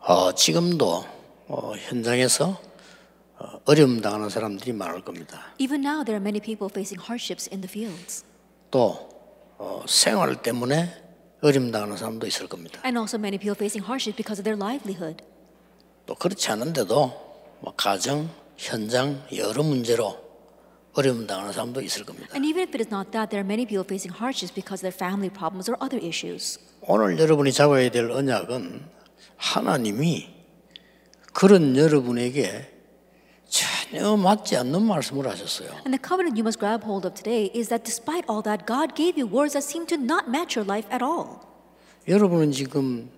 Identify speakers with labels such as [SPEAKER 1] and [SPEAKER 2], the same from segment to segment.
[SPEAKER 1] 어, 지금도 어, 현장에서 어, 어려움 당하는 사람들이 많을 겁니다.
[SPEAKER 2] Even now, there are many people facing hardships in the fields,
[SPEAKER 1] 또 어, 생활 때문에 어려움 당하는 사람도 있을 겁니다.
[SPEAKER 2] and also many people facing hardships because of their livelihood.
[SPEAKER 1] 또 그렇지 않은데도 뭐 가정, 현장 여러 문제로 어려움 당하는 사람도 있을 겁니다.
[SPEAKER 2] And even if it is not that, there are many people facing hardships because of their family problems or other issues.
[SPEAKER 1] 오늘 여러분이 잡아야 될 언약은 하나님이 그런 여러분에게 전혀 맞지 않는 말씀을 하셨어요.
[SPEAKER 2] And the covenant you must grab hold of today is that despite all that, God gave you words that seem to not match your life at all.
[SPEAKER 1] 여러분은 지금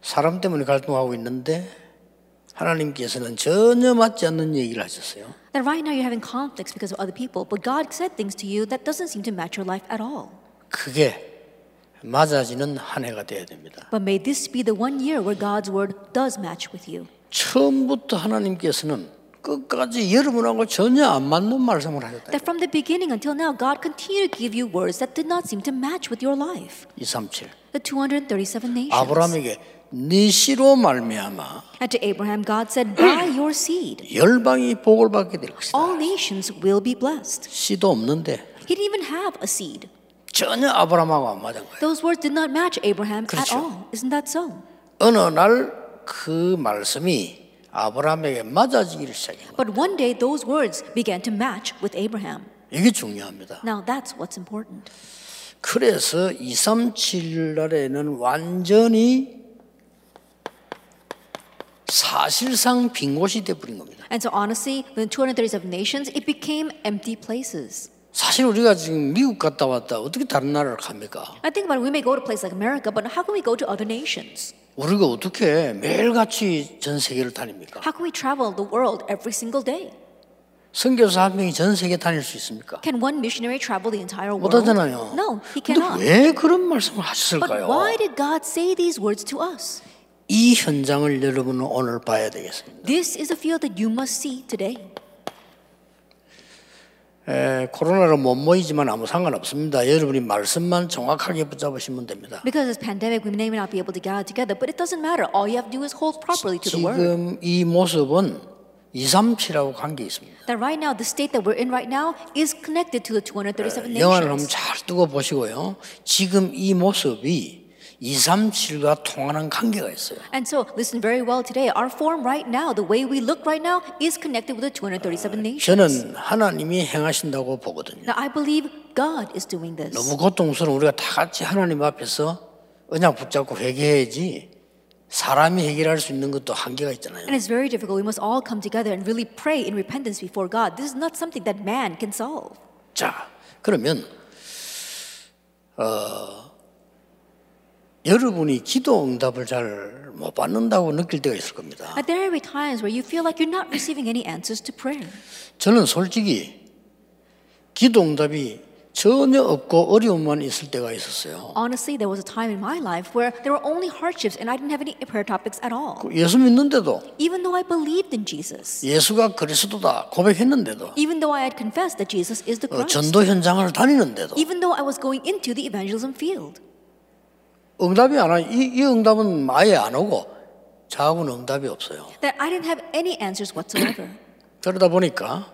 [SPEAKER 1] 사람 때문에 갈등하고 있는데 하나님께서는 전혀 맞지 않는 얘기를 하셨어요.
[SPEAKER 2] That right now you're having conflicts because of other people, but God said things to you that doesn't seem to match your life at all.
[SPEAKER 1] 그게 맞아지는 한 해가 돼야 됩니다.
[SPEAKER 2] But may this be the one year where God's word does match with you.
[SPEAKER 1] 처음부터 하나님께서는 끝까지 여러분하고 전혀 안 맞는 말씀을 하셨다.
[SPEAKER 2] That from the beginning until now, God continued to give you words that did not seem to match with your life.
[SPEAKER 1] 237.
[SPEAKER 2] The 237 nations.
[SPEAKER 1] 아브라함에게 네 씨로 말미암아
[SPEAKER 2] And to Abraham, God said, By your seed,
[SPEAKER 1] 열방이 복을 받게 될 것이다.
[SPEAKER 2] all nations will be blessed.
[SPEAKER 1] 씨도 없는데
[SPEAKER 2] He didn't even have a seed.
[SPEAKER 1] 전혀 아브라함하고 안 맞은 거예요.
[SPEAKER 2] Those words did not match Abraham at
[SPEAKER 1] 그렇죠.
[SPEAKER 2] all. Isn't that so?
[SPEAKER 1] 어느 날 그 말씀이 아브라함에게 맞아지기를 시작해요.
[SPEAKER 2] But one day, those words began to match with Abraham.
[SPEAKER 1] 이게 중요합니다.
[SPEAKER 2] Now, that's what's important.
[SPEAKER 1] 그래서 2, 3, 7 날에는 완전히 사실상 빈 곳이 돼버린 겁니다.
[SPEAKER 2] And so, honestly, the 237 nations, it became empty places.
[SPEAKER 1] 사실 우리가 지금 미국 갔다 왔다 어떻게 다른 나라를 갑니까?
[SPEAKER 2] I think about it, we may go to a place like America, but how can we go to other nations?
[SPEAKER 1] 우리가 어떻게 매일같이 전 세계를 다닙니까?
[SPEAKER 2] How can we travel the world every single day?
[SPEAKER 1] 선교사 한 명이 전 세계 다닐 수 있습니까?
[SPEAKER 2] Can one missionary travel the entire world?
[SPEAKER 1] 못하잖아요.
[SPEAKER 2] No, he cannot.
[SPEAKER 1] 근데 왜 그런 말씀을
[SPEAKER 2] But
[SPEAKER 1] 하셨을까요?
[SPEAKER 2] why did God say these words to us?
[SPEAKER 1] 이 현장을 여러분은 오늘 봐야 되겠습니다.
[SPEAKER 2] This is a field that you must see today.
[SPEAKER 1] 에, 예, 코로나로 못 모이지만 아무 상관없습니다. 여러분이 말씀만 정확하게 붙잡으시면 됩니다.
[SPEAKER 2] Because this pandemic, we may not be able to gather together, but it doesn't matter. All you have to do is hold properly to the word.
[SPEAKER 1] 지금 이 모습은 237하고 관계 있습니다.
[SPEAKER 2] That right now, the state that we're in right now is connected to the 237
[SPEAKER 1] 영화를 한번
[SPEAKER 2] nations.
[SPEAKER 1] 잘 뜨고 보시고요. 지금 이 모습이 237과 통하는 관계가 있어요.
[SPEAKER 2] And so, listen very well today. Our form right now, the way we look right now, is connected with the 237 nations.
[SPEAKER 1] 저는 하나님이 행하신다고 보거든요.
[SPEAKER 2] Now, I believe God is doing this.
[SPEAKER 1] 너무 고통스러운 우리가 다 같이 하나님 앞에서 언약 붙잡고 회개해야지 사람이 해결할 수 있는 것도 한계가 있잖아요.
[SPEAKER 2] And it's very difficult. We must all come together and really pray in repentance before God. This is not something that man can solve.
[SPEAKER 1] 자, 그러면 어, 여러분이 기도 응답을 잘 못 받는다고 느낄 때가 있을 겁니다.
[SPEAKER 2] But there are times where you feel like you're not receiving any answers to prayer.
[SPEAKER 1] 저는 솔직히 기도 응답이 전혀 없고 어려움만 있을 때가 있었어요.
[SPEAKER 2] Honestly, there was a time in my life where there were only hardships and I didn't have any prayer topics at all.
[SPEAKER 1] 그 예수 믿는데도
[SPEAKER 2] Even though I believed in Jesus,
[SPEAKER 1] 예수가 그리스도다 고백했는데도
[SPEAKER 2] even though I had confessed that Jesus is the
[SPEAKER 1] 어,
[SPEAKER 2] Christ,
[SPEAKER 1] 전도 현장을 다니는데도
[SPEAKER 2] even though I was going into the evangelism field.
[SPEAKER 1] 응답이 안 와. 이, 이 응답은 아예 안 오고 자고는 응답이 없어요.
[SPEAKER 2] That I didn't have any answers whatsoever.
[SPEAKER 1] 그러다 보니까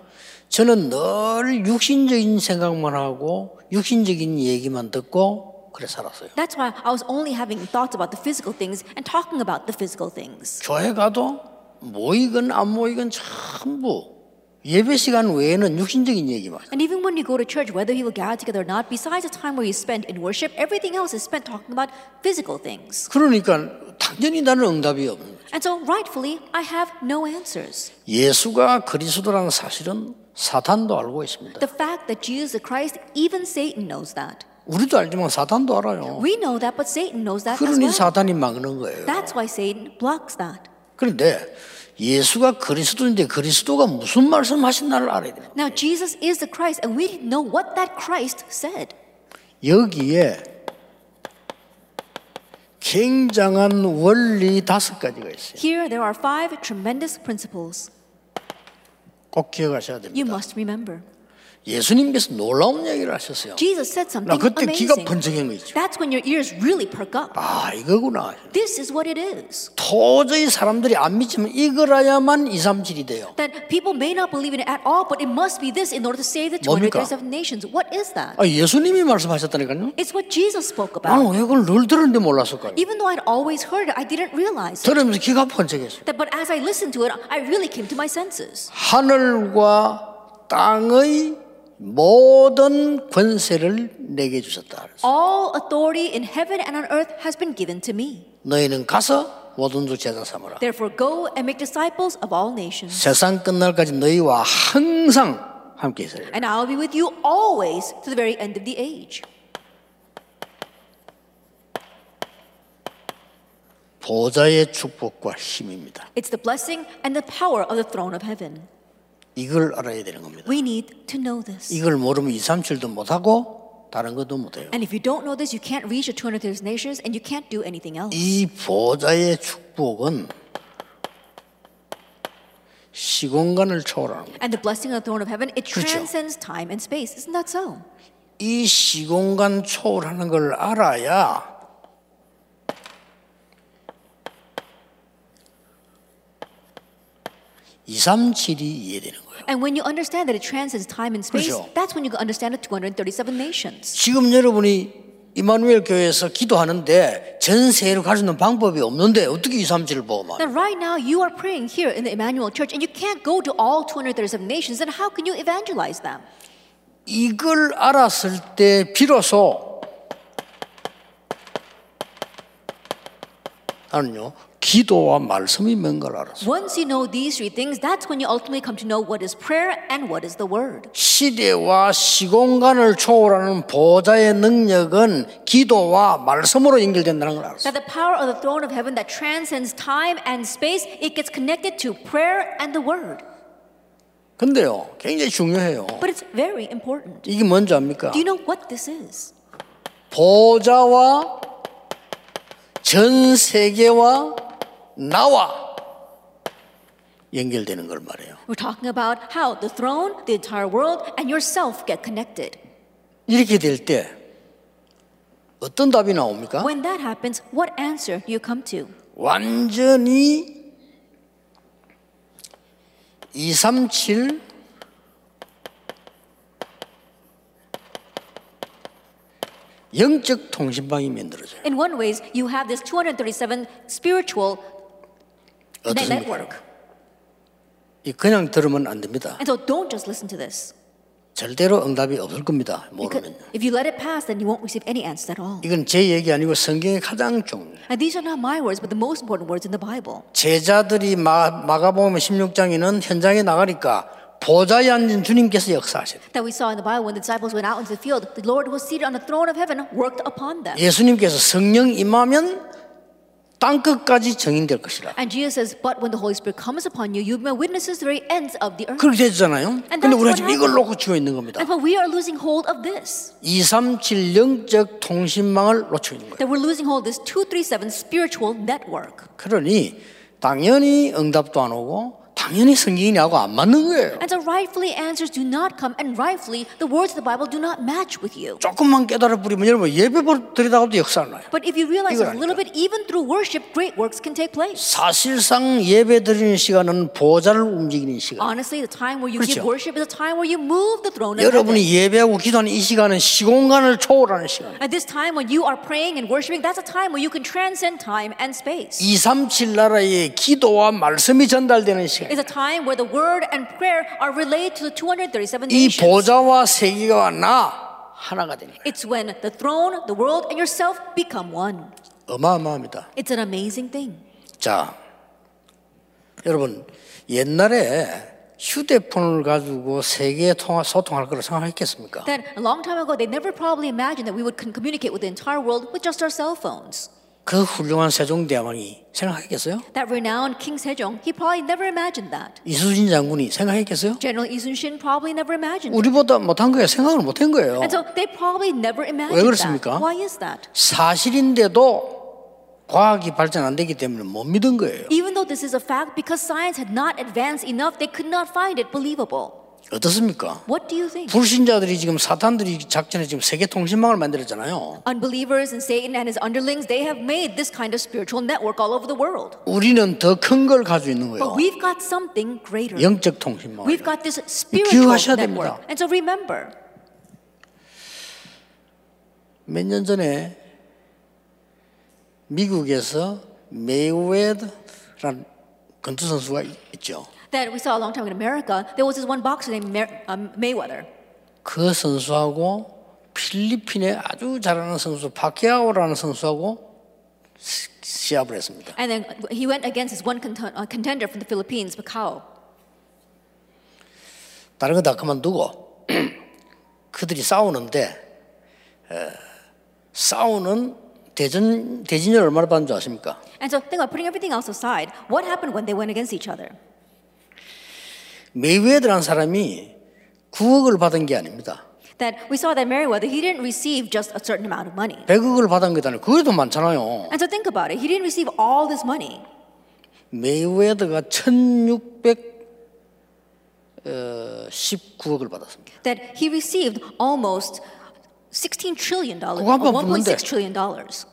[SPEAKER 1] 저는 늘 육신적인 생각만 하고 육신적인 얘기만 듣고 그래 살았어요.
[SPEAKER 2] That's why I was only having thoughts about the physical things and talking about the physical things.
[SPEAKER 1] 교회 가도 모이건 안 모이건 전부 예배 시간 외에는 육신적인 얘기만. 해요.
[SPEAKER 2] And even when you go to church, whether you will gather together or not, besides the time where you spend in worship, everything else is spent talking about physical things.
[SPEAKER 1] 그러니까 당연히 나는 응답이 없는 거예요.
[SPEAKER 2] And so, rightfully, I have no answers.
[SPEAKER 1] 예수가 그리스도라는 사실은 사탄도 알고 있습니다.
[SPEAKER 2] The fact that Jesus the Christ, even Satan knows that.
[SPEAKER 1] 우리도 알지만 사탄도 알아요.
[SPEAKER 2] We know that, but Satan knows that as
[SPEAKER 1] 그러니
[SPEAKER 2] well.
[SPEAKER 1] 사탄이 막는 거예요.
[SPEAKER 2] That's why Satan blocks that.
[SPEAKER 1] 그런데 예수가 그리스도인데 그리스도가 무슨 말씀하신다를 알아야 돼요.
[SPEAKER 2] Now, Jesus is the Christ, and we know what that Christ said.
[SPEAKER 1] 여기에 굉장한 원리 다섯 가지가 있어요.
[SPEAKER 2] Here, there are five tremendous principles
[SPEAKER 1] 꼭 기억하셔야
[SPEAKER 2] you
[SPEAKER 1] 됩니다.
[SPEAKER 2] must remember.
[SPEAKER 1] 예수님께서 놀라운 얘기를 하셨어요.
[SPEAKER 2] Jesus said
[SPEAKER 1] 나
[SPEAKER 2] something
[SPEAKER 1] 그때 귀가
[SPEAKER 2] amazing.
[SPEAKER 1] 번쩍인 거 있죠.
[SPEAKER 2] That's when your ears really perk up.
[SPEAKER 1] 아 이거구나.
[SPEAKER 2] This is what it is.
[SPEAKER 1] 도저히 사람들이 안 믿지만 이거라야만 2, 3, 7이 돼요.
[SPEAKER 2] That people may not believe in it at all, but it must be this in order to save the
[SPEAKER 1] 뭡니까?
[SPEAKER 2] 237 nations. What is that?
[SPEAKER 1] 아, 예수님이 말씀하셨다니까요.
[SPEAKER 2] It's what Jesus spoke about.
[SPEAKER 1] 나는 왜 그걸 늘 들었는데 몰랐을까요?
[SPEAKER 2] Even though I'd always heard it, I didn't realize it.
[SPEAKER 1] 들으면서 귀가 번쩍했어요.
[SPEAKER 2] That, but as I listened to it, I really came to my senses.
[SPEAKER 1] 하늘과 땅의 모든 권세를 내게 주셨다.
[SPEAKER 2] All authority in heaven and on earth has been given to me.
[SPEAKER 1] 너희는 가서 모든 주 제자 삼으라.
[SPEAKER 2] Therefore, go and make disciples of all nations.
[SPEAKER 1] 세상 끝날까지 너희와 항상 함께 있으리라.
[SPEAKER 2] And I'll be with you always to the very end of the age.
[SPEAKER 1] 보좌의 축복과 힘입니다.
[SPEAKER 2] It's the blessing and the power of the throne of heaven.
[SPEAKER 1] 이걸 알아야 되는 겁니다.
[SPEAKER 2] We need to know this.
[SPEAKER 1] 이걸 모르면 2, 3, 7도 못하고 다른 것도 못해요.
[SPEAKER 2] And if you don't know this, you can't reach the 230 nations and you can't do anything else.
[SPEAKER 1] 이 보좌의 축복은 시공간을 초월하는 거예요.
[SPEAKER 2] And the blessing of the throne of heaven, it
[SPEAKER 1] 그렇죠.
[SPEAKER 2] transcends time and space. Isn't that so?
[SPEAKER 1] 이 시공간 초월하는 걸 알아야 이삼칠이 이해되는 거예요.
[SPEAKER 2] And when you understand that it transcends time and space,
[SPEAKER 1] 그렇죠.
[SPEAKER 2] that's when you can understand the 237 nations.
[SPEAKER 1] 지금 여러분이 이마누엘 교회에서 기도하는데 전세계로 갈 수 있는 방법이 없는데 어떻게 이삼칠을 보고만
[SPEAKER 2] Now, right now, you are praying here in the Emmanuel Church and you can't go to all 237 nations, then how can you evangelize them?
[SPEAKER 1] 이걸 알았을 때 비로소 나는요 기도와 말씀이 뭔가를 알았어요.
[SPEAKER 2] Once you know these three things, that's when you ultimately come to know what is prayer and what is the word.
[SPEAKER 1] 시대와 시공간을 초월하는 보좌의 능력은 기도와 말씀으로 연결된다는 걸 알았어요.
[SPEAKER 2] That the power of the throne of heaven that transcends time and space, it gets connected to prayer and the word.
[SPEAKER 1] 근데요, 굉장히 중요해요.
[SPEAKER 2] But it's very important.
[SPEAKER 1] 이게 뭔지 압니까?
[SPEAKER 2] Do you know what this is?
[SPEAKER 1] 보좌와 전 세계와 나와 연결되는 걸 말해요.
[SPEAKER 2] We're talking about how the throne, the entire world, and yourself get connected.
[SPEAKER 1] 이렇게 될 때 어떤 답이 나옵니까?
[SPEAKER 2] When that happens, what answer do you come to?
[SPEAKER 1] 완전히 237 영적 통신망이 만들어져요.
[SPEAKER 2] In one ways, you have this 237 spiritual net-
[SPEAKER 1] 어떻습니까?
[SPEAKER 2] network.
[SPEAKER 1] 이 그냥 들으면 안 됩니다.
[SPEAKER 2] And so don't just listen to this.
[SPEAKER 1] 절대로 응답이 없을 겁니다.
[SPEAKER 2] Because
[SPEAKER 1] 모르면요.
[SPEAKER 2] if you let it pass, then you won't receive any answers at all.
[SPEAKER 1] 이건 제 얘기 아니고 성경의 가장 중요해요.
[SPEAKER 2] And these are not my words, but the most important words in the Bible.
[SPEAKER 1] 제자들이 마, 마가복음 16장에는 현장에 나가니까 보좌에 앉은 주님께서 역사하셨다.
[SPEAKER 2] That we saw in the Bible when the disciples went out into the field, the Lord who was seated on the throne of heaven worked upon them.
[SPEAKER 1] 예수님께서 성령 임하면 땅 끝까지 정인될 것이라.
[SPEAKER 2] And Jesus says, But when the Holy Spirit comes upon you, you will be witnesses to the very ends of the earth.
[SPEAKER 1] 그렇게 되잖아요. 근데 우리가 지금 이걸 놓고 치고 있는 겁니다.
[SPEAKER 2] And but we are losing hold of this.
[SPEAKER 1] 237 영적 통신망을 놓치고 있는 거예요.
[SPEAKER 2] That we're losing hold of this 237 spiritual network.
[SPEAKER 1] 그러니 당연히 응답도 안 오고 당연히 성경이하고 안 맞는 거예요.
[SPEAKER 2] And so rightfully answers do not come, and rightfully the words of the Bible do not match with you.
[SPEAKER 1] 조금만 깨달아 뿌리면 여러분 예배 드리다가도 역사를 나요.
[SPEAKER 2] But if you realize
[SPEAKER 1] 이걸
[SPEAKER 2] a little bit, even through worship, great works can take place.
[SPEAKER 1] 사실상 예배 드리는 시간은 보좌를 움직이는 시간.
[SPEAKER 2] Honestly, the time where you
[SPEAKER 1] 그렇죠.
[SPEAKER 2] give worship is a time where you move the throne of heaven.
[SPEAKER 1] 여러분이 예배하고 기도하는 이 시간은 시공간을 초월하는 시간.
[SPEAKER 2] At this time when you are praying and worshiping, that's a time where you can transcend time and space.
[SPEAKER 1] 237 나라의 기도와 말씀이 전달되는 시간.
[SPEAKER 2] It's a time where the word and prayer are relayed to the 237
[SPEAKER 1] 이
[SPEAKER 2] nations.
[SPEAKER 1] 보좌와 세계와 나 하나가 되는 거예요.
[SPEAKER 2] It's when the throne, the world, and yourself become one.
[SPEAKER 1] 어마어마합니다.
[SPEAKER 2] It's an amazing thing.
[SPEAKER 1] 자, 여러분 옛날에 휴대폰을 가지고 세계 통화 소통할 거라 생각했겠습니까?
[SPEAKER 2] Then, a long time ago, they never probably imagined that we would con- communicate with the entire world with just our cell phones.
[SPEAKER 1] 그 훌륭한 세종대왕이 생각했겠어요?
[SPEAKER 2] That renowned King Sejong, he probably never imagined that.
[SPEAKER 1] 이순신 장군이 생각했겠어요?
[SPEAKER 2] General Isun Shin probably never imagined it.
[SPEAKER 1] 우리보다 못한 거예요. 생각을 못한 거예요.
[SPEAKER 2] And so they probably never imagined
[SPEAKER 1] Oh, 그렇습니까?
[SPEAKER 2] that. Why is that?
[SPEAKER 1] 사실인데도 과학이 발전 안 되기 때문에 못 믿은 거예요.
[SPEAKER 2] Even though this is a fact, because science had not advanced enough, they could not find it believable.
[SPEAKER 1] 어떻습니까?
[SPEAKER 2] What do you think?
[SPEAKER 1] 불신자들이 지금 사탄들이 작전에 지금 세계 통신망을 만들었잖아요.
[SPEAKER 2] Unbelievers and Satan and his underlings, they have made this kind of spiritual network all over the world.
[SPEAKER 1] 우리는 더 큰 걸 가지고 있는 거예요.
[SPEAKER 2] But we've got something greater.
[SPEAKER 1] 영적 통신망.
[SPEAKER 2] We've got this spiritual
[SPEAKER 1] 기억하셔야
[SPEAKER 2] network.
[SPEAKER 1] 됩니다.
[SPEAKER 2] And so remember,
[SPEAKER 1] 몇 년 전에 미국에서 메이웨더라는 권투 선수가 있- 있죠.
[SPEAKER 2] that we saw a long time in America, there was this one boxer named Mer- um, Mayweather.
[SPEAKER 1] 그 선수하고 필리핀에 아주 잘하는 선수 파키아오라는 선수하고 시- 시합을 했습니다.
[SPEAKER 2] And then he went against this one cont- uh, contender from the Philippines, Pacquiao.
[SPEAKER 1] 다른 거 다 그만두고 그들이 싸우는데 에, 싸우는 대전 대진을 얼마나 받는 줄 아십니까?
[SPEAKER 2] And so think about putting everything else aside, what happened when they went against each other?
[SPEAKER 1] 메이웨더라는 사람이 9억을 받은 게 아닙니다.
[SPEAKER 2] That we saw that Mayweather, he didn't receive just a certain amount of money.
[SPEAKER 1] 100억을 받은 게 아니라 그게 더 많잖아요.
[SPEAKER 2] And so think about it, he didn't receive all this money.
[SPEAKER 1] 메이웨더가 1619억을 어, 받았습니다.
[SPEAKER 2] that he received almost 16 trillion dollars, uh,
[SPEAKER 1] 그거 한번
[SPEAKER 2] 1.6
[SPEAKER 1] 묻는데.
[SPEAKER 2] trillion dollars.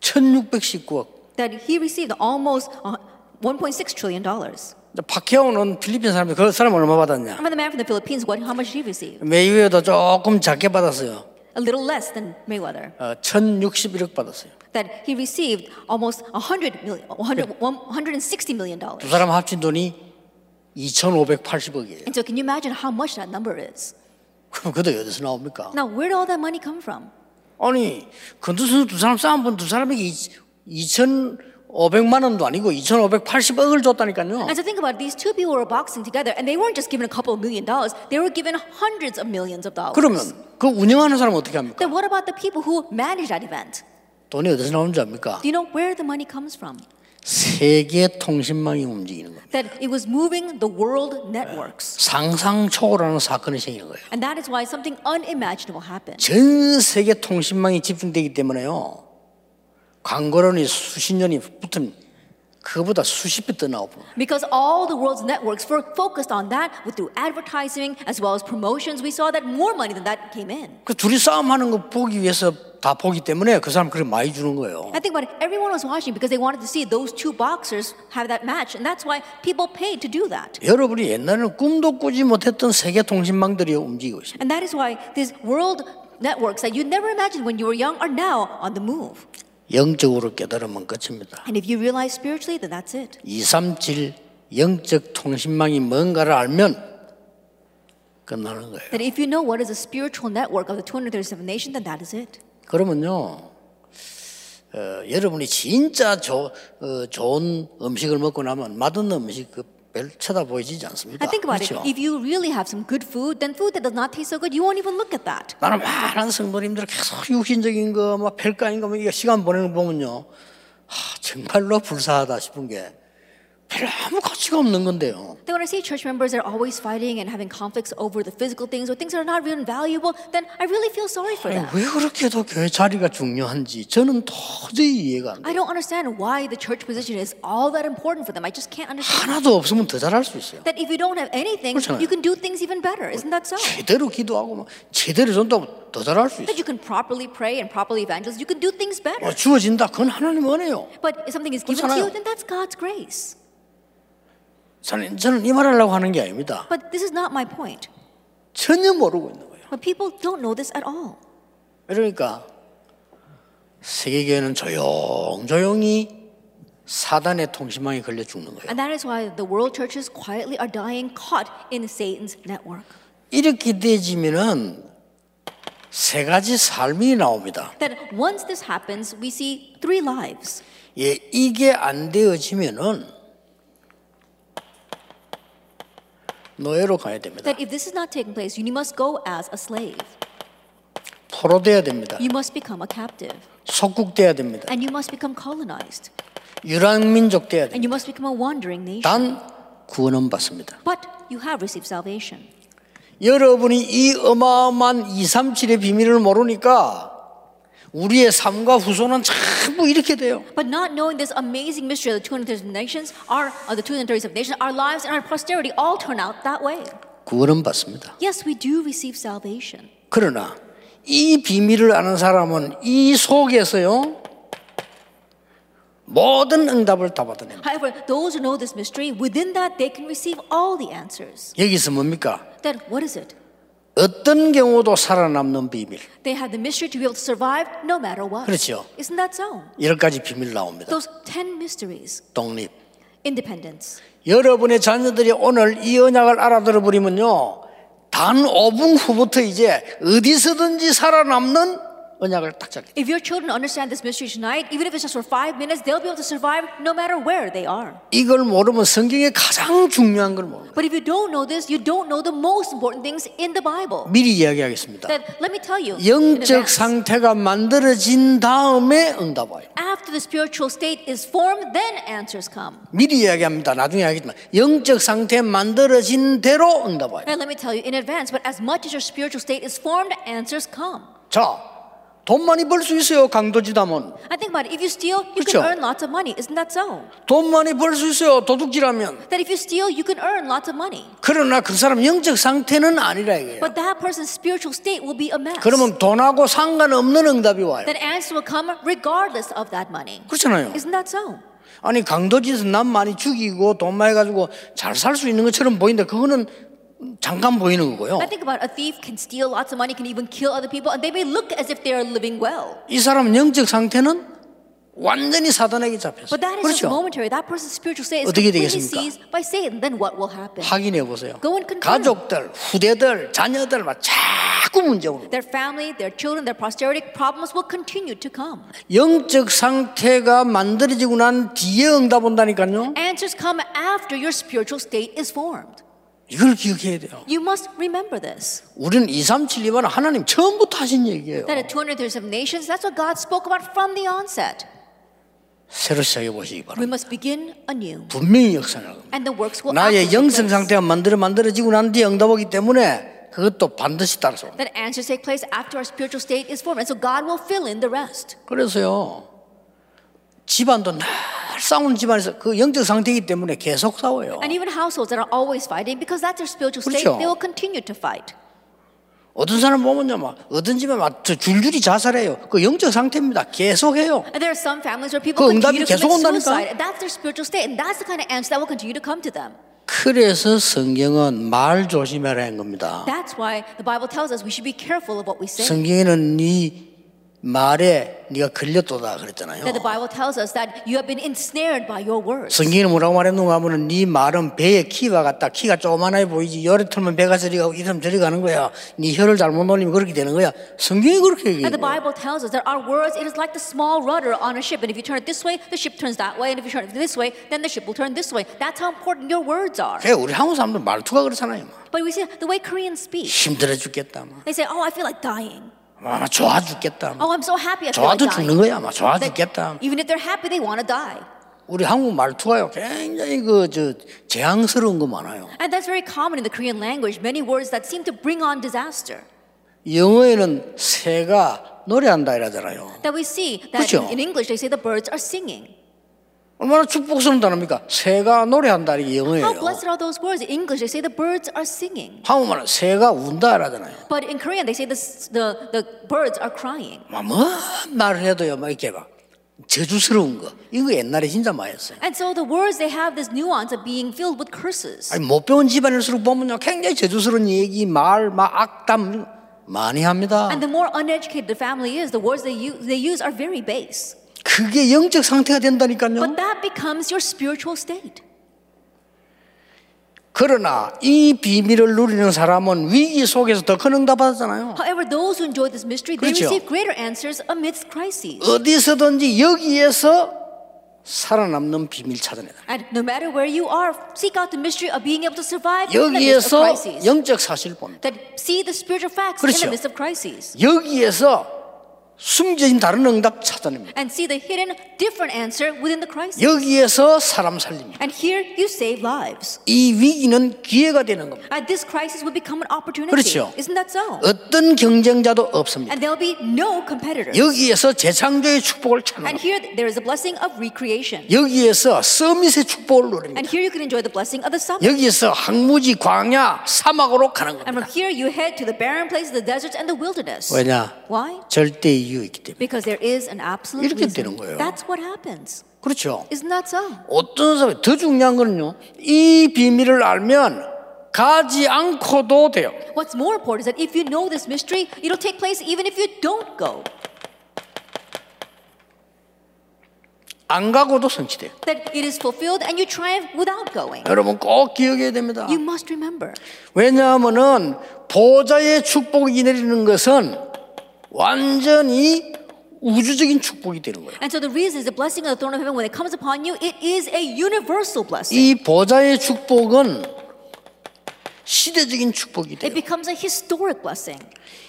[SPEAKER 1] 1619억.
[SPEAKER 2] That he received almost uh, 1.6 trillion dollars.
[SPEAKER 1] 파케오는 필리핀 사람이 그 사람 얼마
[SPEAKER 2] I
[SPEAKER 1] 받았냐?
[SPEAKER 2] mean, the man from the Philippines, what? How much did he receive?
[SPEAKER 1] 메이웨더 조금 작게 받았어요.
[SPEAKER 2] A little less than Mayweather.
[SPEAKER 1] 어, 1061억 받았어요.
[SPEAKER 2] That he received almost 100 million, 100, 160 million
[SPEAKER 1] 두
[SPEAKER 2] dollars.
[SPEAKER 1] 사람 합친 돈이 2,580억이에요.
[SPEAKER 2] And so, can you imagine how much that number is?
[SPEAKER 1] 그럼 그도 어디서 나옵니까?
[SPEAKER 2] Now, where did all that money come from?
[SPEAKER 1] 아니, 건두선수 두 사람 싸움 본 두 사람에게 2,500만 원도 아니고 2,580억을 줬다니까요.
[SPEAKER 2] And so, think about it, these two people were boxing together, and they weren't just given a couple of million dollars; they were given hundreds of millions of dollars.
[SPEAKER 1] 그러면 그 운영하는 사람은 어떻게 합니까?
[SPEAKER 2] Then, what about the people who managed that event?
[SPEAKER 1] 돈이 어디서 나오는지 압니까?
[SPEAKER 2] Do you know where the money comes from?
[SPEAKER 1] 세계 통신망이 움직이는 겁니다.
[SPEAKER 2] That it was moving the world networks.
[SPEAKER 1] 상상 초월하는 사건이 생기는 거예요.
[SPEAKER 2] And that is why something unimaginable happened.
[SPEAKER 1] 전 세계 통신망이 집중되기 때문에요. 광고론이 수십 년이 붙은 그보다 수십 배 더 나오고
[SPEAKER 2] Because all the world's networks were focused on that with through advertising as well as promotions, we saw that more money than that came in.
[SPEAKER 1] 그 둘이 싸움하는 거 보기 위해서 다 보기 때문에 그 사람 그렇게 많이 주는 거예요.
[SPEAKER 2] I think about it, everyone was watching because they wanted to see those two boxers have that match, and that's why people paid to do that.
[SPEAKER 1] 여러분이 옛날에는 꿈도 꾸지 못했던 세계 통신망들이 움직이고 있습니다.
[SPEAKER 2] And that is why these world networks that you never imagined when you were young are now on the move.
[SPEAKER 1] 영적으로 깨달으면 끝입니다.
[SPEAKER 2] And if you realize spiritually, then that's it.
[SPEAKER 1] 237 영적 통신망이 뭔가를 알면 끝나는 거예요.
[SPEAKER 2] That if you know what is a spiritual network of the 237 nation, then that is it.
[SPEAKER 1] 그러면요, 어, 여러분이 진짜 조, 어, 좋은 음식을 먹고 나면 맛없는 음식 그별 쳐다보이지 않습니다.
[SPEAKER 2] I think about it.
[SPEAKER 1] 그렇죠?
[SPEAKER 2] If you really have some good food, then food that does not taste so good, you won't even look at that.
[SPEAKER 1] 나는 많은 성도님들 계속 육신적인 거, 막 별가인 거, 막 이거 시간 보내는 거 보면요, 하, 정말로 불사하다 싶은 게 별로 아무 가치가 없는 건데요.
[SPEAKER 2] Then when I see church members are always fighting and having conflicts over the physical things or things that are not really valuable, then I really feel sorry for
[SPEAKER 1] 아니,
[SPEAKER 2] them.
[SPEAKER 1] 왜 그렇게도 교회 자리가 중요한지 저는 도저히 이해가 안 돼.
[SPEAKER 2] I don't understand why the church position is all that important for them. I just can't understand.
[SPEAKER 1] 하나도 없으면 더 잘할 수 있어요.
[SPEAKER 2] That if you don't have anything,
[SPEAKER 1] 그렇잖아요.
[SPEAKER 2] you can do things even better. Isn't that so?
[SPEAKER 1] 제대로 기도하고 막 제대로 전도하면 더 잘할 수 있어요.
[SPEAKER 2] That you can properly pray and properly evangelize, you can do things
[SPEAKER 1] 뭐
[SPEAKER 2] better.
[SPEAKER 1] 주어진다. 그건 하나님 은혜요.
[SPEAKER 2] But if something is given to you,
[SPEAKER 1] 그렇잖아요.
[SPEAKER 2] then that's God's grace.
[SPEAKER 1] 저는 저는 이 말하려고 하는 게 아닙니다.
[SPEAKER 2] But this is not my point.
[SPEAKER 1] 전혀 모르고 있는 거예요.
[SPEAKER 2] But people don't know this at all.
[SPEAKER 1] 그러니까 세계 교회는 조용조용히 사단의 통신망에 걸려 죽는 거예요.
[SPEAKER 2] And that is why the world churches quietly are dying caught in Satan's network.
[SPEAKER 1] 이렇게 되지면은 세 가지 삶이 나옵니다.
[SPEAKER 2] That once this happens, we see three lives.
[SPEAKER 1] 예, 이게 안 되어지면은 노예로 가야 됩니다.
[SPEAKER 2] That if this is not taking place, you must go as a slave.
[SPEAKER 1] 포로돼야 됩니다.
[SPEAKER 2] You must become a captive.
[SPEAKER 1] 속국돼야 됩니다.
[SPEAKER 2] And you must become colonized.
[SPEAKER 1] 유랑민족 돼야 됩니다.
[SPEAKER 2] And you must become a wandering nation.
[SPEAKER 1] 단 구원은 받습니다.
[SPEAKER 2] But you have received salvation.
[SPEAKER 1] 여러분이 이 어마어마한 237의 비밀을 모르니까 우리의 삶과 후손은 전부 이렇게 돼요.
[SPEAKER 2] But not knowing this amazing mystery of the 237 nations, our, of the 237 nations, our lives and our posterity all turn out that way.
[SPEAKER 1] 구원은 받습니다.
[SPEAKER 2] Yes, we do receive salvation.
[SPEAKER 1] 그러나 이 비밀을 아는 사람은 이 속에서요 모든 응답을 다 받아냅니다.
[SPEAKER 2] However, those who know this mystery, within that they can receive all the answers.
[SPEAKER 1] 여기서 뭡니까?
[SPEAKER 2] Then what is it?
[SPEAKER 1] 어떤 경우도 살아남는 비밀.
[SPEAKER 2] They have the mystery to be able to survive no matter what.
[SPEAKER 1] 그렇죠.
[SPEAKER 2] Isn't that so?
[SPEAKER 1] 여러 가지 비밀 나옵니다.
[SPEAKER 2] Those 10 mysteries
[SPEAKER 1] 독립.
[SPEAKER 2] independence.
[SPEAKER 1] 여러분의 자녀들이 오늘 이 언약을 알아들어 버리면요. 단 5분 후부터 이제 어디서든지 살아남는 언약을 딱 잡게. 돼요.
[SPEAKER 2] If your children understand this mystery tonight, even if it's just for five minutes, they'll be able to survive no matter where they are.
[SPEAKER 1] 이걸 모르면 성경의 가장 중요한 걸 모릅니다.
[SPEAKER 2] But if you don't know this, you don't know the most important things in the Bible.
[SPEAKER 1] 미리 이야기하겠습니다.
[SPEAKER 2] Then let me tell you. in
[SPEAKER 1] 영적
[SPEAKER 2] advance,
[SPEAKER 1] 상태가 만들어진 다음에 응답와요.
[SPEAKER 2] after the spiritual state is formed, then answers come.
[SPEAKER 1] 미리 이야기합니다. 나중에 하겠지만 영적 상태 만들어진 대로 응답와요.
[SPEAKER 2] And let me tell you in advance, but as much as your spiritual state is formed, answers come.
[SPEAKER 1] 자, 돈 많이 벌 수 있어요. 강도지다면.
[SPEAKER 2] I think about it. If you steal, you
[SPEAKER 1] 그쵸?
[SPEAKER 2] can earn lots of money. Isn't that so?
[SPEAKER 1] 돈 많이 벌 수 있어요. 도둑질하면.
[SPEAKER 2] That if you steal, you can earn lots of money.
[SPEAKER 1] 그러나 그 사람 영적 상태는 아니라 이거예요.
[SPEAKER 2] But that person's spiritual state will be a mess.
[SPEAKER 1] 그러면 돈하고 상관없는 응답이 와요.
[SPEAKER 2] That answer will come regardless of that money.
[SPEAKER 1] 네. 그렇잖아요.
[SPEAKER 2] Isn't that so?
[SPEAKER 1] 아니 강도짓에서 남 많이 죽이고 돈 많이 가지고 잘 살 수 있는 것처럼 보이는데 그거는 잠깐 보이는 거고요.
[SPEAKER 2] I think about a thief can steal lots of money, can even kill other people, and they may look as if they are living well.
[SPEAKER 1] 이 사람 영적 상태는 완전히 사단에게 잡혔어요.
[SPEAKER 2] But that is just
[SPEAKER 1] 그렇죠?
[SPEAKER 2] momentary. That person's spiritual state is
[SPEAKER 1] 어떻게
[SPEAKER 2] completely
[SPEAKER 1] 되겠습니까?
[SPEAKER 2] seized by Satan. Then what will happen?
[SPEAKER 1] 확인해 보세요.
[SPEAKER 2] Go and confirm.
[SPEAKER 1] 가족들, 후대들, 자녀들 막 자꾸 문제 오는 거예요.
[SPEAKER 2] Their family, their children, their posterity problems will continue to come.
[SPEAKER 1] 영적 상태가 만들어지고 난 뒤에 응답 온다니까요.
[SPEAKER 2] Answers come after your spiritual state is formed.
[SPEAKER 1] 이걸 기억해야 돼요.
[SPEAKER 2] You must remember this.
[SPEAKER 1] 우리는 2, 3, 7, 2반 하나님 처음부터 하신 얘기예요.
[SPEAKER 2] That at 237 nations, that's what God spoke about from the onset.
[SPEAKER 1] 새로 시작해 보시기 바랍니다.
[SPEAKER 2] We must begin anew,
[SPEAKER 1] 분명히 역사를 하고
[SPEAKER 2] and the works will
[SPEAKER 1] 나의
[SPEAKER 2] afterwards take
[SPEAKER 1] 영성
[SPEAKER 2] place.
[SPEAKER 1] 상태가 만들어 만들어지고 난 뒤에 응답하기 때문에 그것도 반드시 따라서 옵니다.
[SPEAKER 2] That answers take place after our spiritual state is formed, and so God will fill in the rest.
[SPEAKER 1] 그래서요 집안도 늘 싸우는 집안에서 그 영적 상태이기 때문에 계속 싸워요.
[SPEAKER 2] And even households that are always fighting, because that's their spiritual state,
[SPEAKER 1] 그렇죠.
[SPEAKER 2] they will continue to fight.
[SPEAKER 1] 어떤 사람 보면요 막 어떤 집에 막 저 줄줄이 자살해요. 그 영적 상태입니다. 계속해요.
[SPEAKER 2] And there are some families where people
[SPEAKER 1] 그
[SPEAKER 2] continue
[SPEAKER 1] 응답이
[SPEAKER 2] to
[SPEAKER 1] 계속
[SPEAKER 2] commit
[SPEAKER 1] 온다니까.
[SPEAKER 2] suicide. And that's their spiritual state, and that's the kind of answer that will continue to come to them.
[SPEAKER 1] 그래서 성경은 말 조심해라 한 겁니다.
[SPEAKER 2] That's why the Bible tells us we should be careful of what we say.
[SPEAKER 1] 성경에는 네 말에 네가 걸렸도다 그랬잖아요.
[SPEAKER 2] That the Bible tells us that you have been ensnared by your words.
[SPEAKER 1] 성경에는 뭐라고 말했는가 하면은 네 말은 배의 키와 같다. 키가 조그만하게 보이지. 열에 틀면 배가 저리 가고 이러면 저리 가는 거야. 네 혀를 잘못 올리면 그렇게 되는 거야. 성경이 그렇게 얘기해요.
[SPEAKER 2] And the Bible tells us that our words, it is like the small rudder on a ship. And if you turn it this way, the ship turns that way. And if you turn it this way, then the ship will turn this way. That's how important your words are.
[SPEAKER 1] 그래 우리 한국 사람들 말투가 그렇잖아요. 막.
[SPEAKER 2] But we see the way Koreans speak.
[SPEAKER 1] 힘들어 죽겠다. 막.
[SPEAKER 2] They say, "Oh, I feel like dying.
[SPEAKER 1] 아, 좋아 죽겠다. 막.
[SPEAKER 2] Oh, I'm so happy. I feel like
[SPEAKER 1] 좋아도 죽는
[SPEAKER 2] dying."
[SPEAKER 1] 거야. 막. 좋아
[SPEAKER 2] That
[SPEAKER 1] 죽겠다. 뭐.
[SPEAKER 2] even if they're happy, they want to die.
[SPEAKER 1] 우리 한국 말투가요. 굉장히 그 저 재앙스러운 거 많아요.
[SPEAKER 2] And that's very common in the Korean language. Many words that seem to bring on disaster.
[SPEAKER 1] 영어에는 새가 노래한다 이러잖아요.
[SPEAKER 2] That we see that
[SPEAKER 1] 그죠?
[SPEAKER 2] in, in English they say the birds are singing.
[SPEAKER 1] 얼마나 축복스러운 단어입니까? 새가 노래한다 이게
[SPEAKER 2] How
[SPEAKER 1] 영어예요.
[SPEAKER 2] blessed are those words? In English they say the birds are singing.
[SPEAKER 1] 한국말은 새가 운다 이러잖아요.
[SPEAKER 2] But in Korean they say the s- the, the birds are crying.
[SPEAKER 1] 막뭐 말을 해도요, 막 이렇게 막 저주스러운 거. 이거 옛날에 진짜 많이 했어요.
[SPEAKER 2] And so the words they have this nuance of being filled with curses.
[SPEAKER 1] 아니 못 배운 집안일수록 보면요, 굉장히 저주스러운 얘기, 말, 막 악담 많이 합니다.
[SPEAKER 2] And the more uneducated the family is, the words they use, they use are very base.
[SPEAKER 1] 그게 영적 상태가 된다니까요.
[SPEAKER 2] But that becomes your spiritual state.
[SPEAKER 1] 그러나 이 비밀을 누리는 사람은 위기 속에서 더 큰 응답 받았잖아요.
[SPEAKER 2] However, those who enjoy this mystery, they
[SPEAKER 1] 그렇죠.
[SPEAKER 2] receive greater answers amidst crises.
[SPEAKER 1] 어디서든지 여기에서 살아남는 비밀 찾아내다.
[SPEAKER 2] And no matter where you are, seek out the mystery of being able to survive in the midst of
[SPEAKER 1] 여기에서
[SPEAKER 2] crises.
[SPEAKER 1] 영적 사실 봅니다.
[SPEAKER 2] That see the spiritual facts in
[SPEAKER 1] 그렇죠.
[SPEAKER 2] the midst of crises.
[SPEAKER 1] 여기에서 숨겨진 다른 응답 찾아냅니다.
[SPEAKER 2] and see the hidden different answer within the crisis.
[SPEAKER 1] 여기에서 사람 살립니다.
[SPEAKER 2] And here you save lives.
[SPEAKER 1] 이 위기는 기회가 되는 겁니다.
[SPEAKER 2] And this crisis will become an opportunity.
[SPEAKER 1] 그렇죠.
[SPEAKER 2] Isn't that so?
[SPEAKER 1] 어떤 경쟁자도 없습니다.
[SPEAKER 2] And there'll be no competitor.
[SPEAKER 1] 여기에서 재창조의 축복을 찾는 겁니다.
[SPEAKER 2] And here there is a blessing of recreation.
[SPEAKER 1] 여기에서 서밋의 축복을 누립니다.
[SPEAKER 2] And here you can enjoy the blessing of the summit.
[SPEAKER 1] 여기에서 항무지 광야 사막으로 가는 겁니다.
[SPEAKER 2] And from here you head to the barren places, the deserts, and the wilderness.
[SPEAKER 1] 왜냐?
[SPEAKER 2] Why?
[SPEAKER 1] 절대 이유 있기 때문에.
[SPEAKER 2] Because there is an absolute
[SPEAKER 1] 이렇게
[SPEAKER 2] reason.
[SPEAKER 1] 되는 거예요.
[SPEAKER 2] That's what happens.
[SPEAKER 1] 그렇죠.
[SPEAKER 2] Isn't that so?
[SPEAKER 1] 어떤 사람이 더 중요한 거는요. 이 비밀을 알면 가지 않고도 돼요.
[SPEAKER 2] What's more important is that if you know this mystery, it'll take place even if you don't go.
[SPEAKER 1] 안 가고도 성취돼요.
[SPEAKER 2] That it is fulfilled and you triumph without going.
[SPEAKER 1] 여러분 꼭 기억해야 됩니다.
[SPEAKER 2] You must remember.
[SPEAKER 1] 왜냐하면은 보좌의 축복이 내리는 것은 완전히 우주적인 축복이 되는 거예요.
[SPEAKER 2] And so the reason is the blessing of the throne of heaven when it comes upon you, it is a universal blessing.
[SPEAKER 1] 이 보좌의 축복은 시대적인 축복이
[SPEAKER 2] It
[SPEAKER 1] 돼요.
[SPEAKER 2] becomes a historic blessing.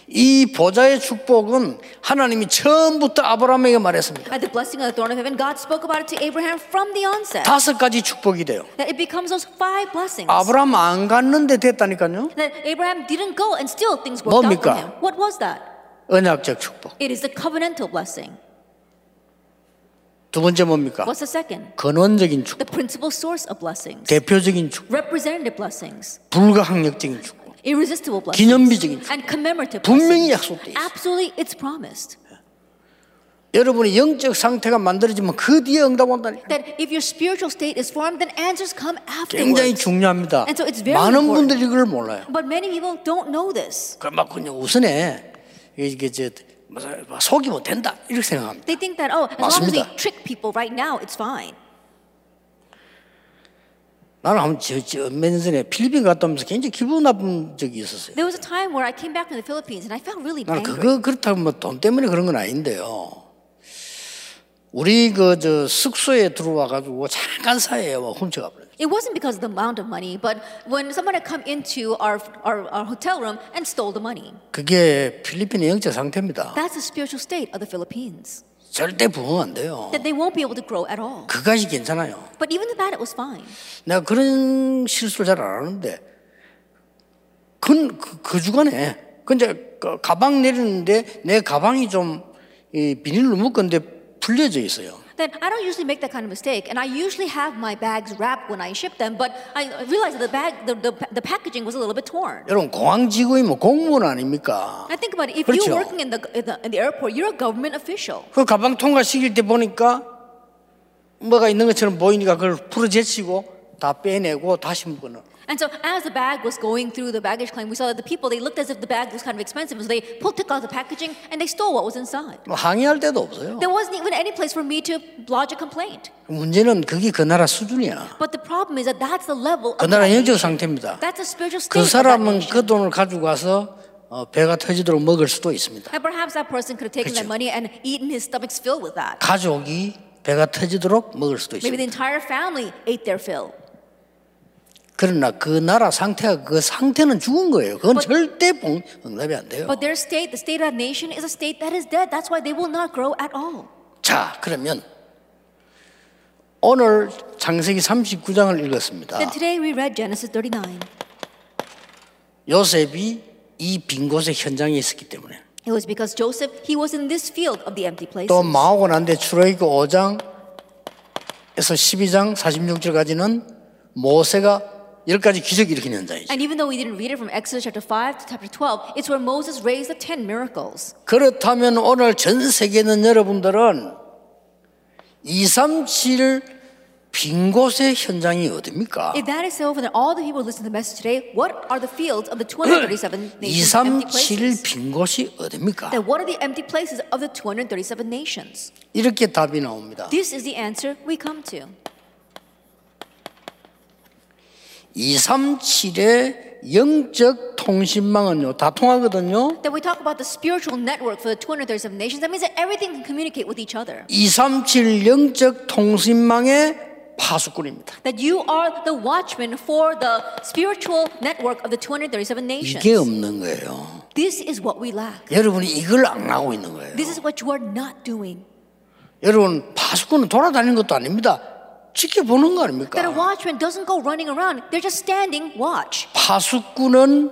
[SPEAKER 1] 이 보좌의 축복은 하나님이 처음부터 아브라함에게 말했습니다.
[SPEAKER 2] At the blessing of the throne of heaven, God spoke about it to Abraham from the onset.
[SPEAKER 1] 다섯 가지 축복이 돼요.
[SPEAKER 2] That it becomes those five blessings.
[SPEAKER 1] 아브라함 안 갔는데 됐다니까요.
[SPEAKER 2] That Abraham didn't go and still things worked out for
[SPEAKER 1] 뭡니까?
[SPEAKER 2] him. What was that?
[SPEAKER 1] 언약적 축복.
[SPEAKER 2] It is the covenantal blessing.
[SPEAKER 1] 두 번째 뭡니까?
[SPEAKER 2] What's the second?
[SPEAKER 1] 근원적인 축복.
[SPEAKER 2] The principal source of blessings.
[SPEAKER 1] 대표적인 축복.
[SPEAKER 2] Representative blessings.
[SPEAKER 1] 불가항력적인 축복.
[SPEAKER 2] Irresistible
[SPEAKER 1] 기념비적인
[SPEAKER 2] blessings. And commemorative
[SPEAKER 1] 분명히
[SPEAKER 2] blessings.
[SPEAKER 1] 약속돼 있어요.
[SPEAKER 2] Absolutely, it's promised.
[SPEAKER 1] 여러분의 영적 상태가 만들어지면 그 뒤에 응답 온다니까.
[SPEAKER 2] That if your spiritual state is formed, then answers come
[SPEAKER 1] 굉장히
[SPEAKER 2] afterwards.
[SPEAKER 1] 중요합니다.
[SPEAKER 2] And so it's very
[SPEAKER 1] 많은
[SPEAKER 2] important.
[SPEAKER 1] 분들이 그걸 몰라요.
[SPEAKER 2] But many people don't know this.
[SPEAKER 1] 그럼 막 그냥 우선에 이게 이제 막 속이면 뭐 된다 이렇게 생각합니다.
[SPEAKER 2] They think that, oh, as long as we
[SPEAKER 1] 맞습니다.
[SPEAKER 2] trick people right now, it's fine.
[SPEAKER 1] 나는 한번 저- 저몇 년 전에 필리핀 갔다 오면서 굉장히 기분 나쁜 적이 있었어요.
[SPEAKER 2] There was a time where I came back from the Philippines and I felt really
[SPEAKER 1] 나는
[SPEAKER 2] angry.
[SPEAKER 1] 그거 그렇다고 뭐 돈 때문에 그런 건 아닌데요. 우리 그 저 숙소에 들어와 가지고 잠깐 사이에 막 훔쳐가 버렸어요.
[SPEAKER 2] It wasn't because of the amount of money, but when someone had come into our, our, our hotel room and stole the money.
[SPEAKER 1] 그게 필리핀의 영적 상태입니다.
[SPEAKER 2] That's the spiritual state of the Philippines.
[SPEAKER 1] 절대 부흥 안 돼요.
[SPEAKER 2] That they won't be able to grow at all.
[SPEAKER 1] 그것이 괜찮아요.
[SPEAKER 2] But even that, it was fine.
[SPEAKER 1] 내가 그런 실수를 잘 안 하는데 그, 그, 그 주간에 근데 그 가방 내리는데 내 가방이 좀 이 비닐로 묶었는데 풀려져 있어요.
[SPEAKER 2] That I don't usually make that kind of mistake, and I usually have my bags wrapped when I ship them, but I realized that the, bag, the, the, the packaging was a little bit torn.
[SPEAKER 1] 여러분 공항 직원이면 공무원 아닙니까?
[SPEAKER 2] I think about it. If
[SPEAKER 1] 그렇죠.
[SPEAKER 2] you're working in the, in the in the airport, you're a government official.
[SPEAKER 1] 그 가방 통과시킬 때 보니까 뭐가 있는 것처럼 보이니까 그걸 풀어제치고 다 빼내고 다시 묶어넣어.
[SPEAKER 2] And so, as the bag was going through the baggage claim, we saw that the people they looked as if the bag was kind of expensive, so they pulled took out the packaging and they stole what was inside.
[SPEAKER 1] 뭐 항의할 데도 없어요.
[SPEAKER 2] There wasn't even any place for me to lodge a complaint.
[SPEAKER 1] 문제는 그게 그 나라 수준이야.
[SPEAKER 2] But the problem is that that's the level
[SPEAKER 1] 그
[SPEAKER 2] of
[SPEAKER 1] 나라
[SPEAKER 2] that
[SPEAKER 1] 영적
[SPEAKER 2] nation.
[SPEAKER 1] 상태입니다.
[SPEAKER 2] That's the spiritual state.
[SPEAKER 1] 그
[SPEAKER 2] of that
[SPEAKER 1] 사람은
[SPEAKER 2] nation.
[SPEAKER 1] 그 돈을 가지고 가서 어, 배가 터지도록 먹을 수도 있습니다.
[SPEAKER 2] And perhaps that person could have taken
[SPEAKER 1] 그렇죠.
[SPEAKER 2] that money and eaten his stomach's fill with that.
[SPEAKER 1] 가족이 배가 터지도록 먹을 수도
[SPEAKER 2] Maybe
[SPEAKER 1] 있습니다.
[SPEAKER 2] the entire family ate their fill.
[SPEAKER 1] 그러나 그 나라 상태가 그 상태는 죽은 거예요. 그건
[SPEAKER 2] But-
[SPEAKER 1] 절대 봉- 응답이 안 돼요.
[SPEAKER 2] But their state, the state of that nation, is a state that is dead. That's why they will not grow at all.
[SPEAKER 1] 자, 그러면 오늘 장세기 39장을 읽었습니다.
[SPEAKER 2] Then today we read Genesis 39.
[SPEAKER 1] 요셉이 이 빈 곳의 현장에 있었기 때문에
[SPEAKER 2] It was because Joseph, he was in this field of the empty places.
[SPEAKER 1] 또 마오고 난데 출애굽 5장에서 12장 46절까지는 모세가 열 가지 기적을 일으킨 현장이죠.
[SPEAKER 2] And even though we didn't read it from Exodus chapter 5 to chapter 12, it's where Moses raised the 10 miracles.
[SPEAKER 1] Ah. 그렇다면 오늘 전 세계에 있는 여러분들은 237 빈 곳의 현장이 어딥니까?
[SPEAKER 2] If that is so, then all the people listening to the message today, what are the fields of the 237 nations empty
[SPEAKER 1] 237
[SPEAKER 2] places?
[SPEAKER 1] 빈 곳이 어딥니까?
[SPEAKER 2] Then what are the empty places of the 237 nations?
[SPEAKER 1] 이렇게 답이 나옵니다.
[SPEAKER 2] This is the answer we come to.
[SPEAKER 1] 237의 영적 통신망은요, 다 통하거든요.
[SPEAKER 2] That we talk about the spiritual network for the 237 nations, that means that everything can communicate with each other.
[SPEAKER 1] 237 영적 통신망의 파수꾼입니다.
[SPEAKER 2] That you are the watchman for the spiritual network of the 237 nations.
[SPEAKER 1] 이게 없는 거예요.
[SPEAKER 2] This is what we lack.
[SPEAKER 1] 여러분이 이걸 안 하고 있는 거예요.
[SPEAKER 2] This is what you are not doing.
[SPEAKER 1] 여러분 파수꾼은 돌아다니는 것도 아닙니다. 지켜보는 거
[SPEAKER 2] That a
[SPEAKER 1] 아닙니까?
[SPEAKER 2] watchman doesn't go running around, they're just standing watch.
[SPEAKER 1] 파수꾼은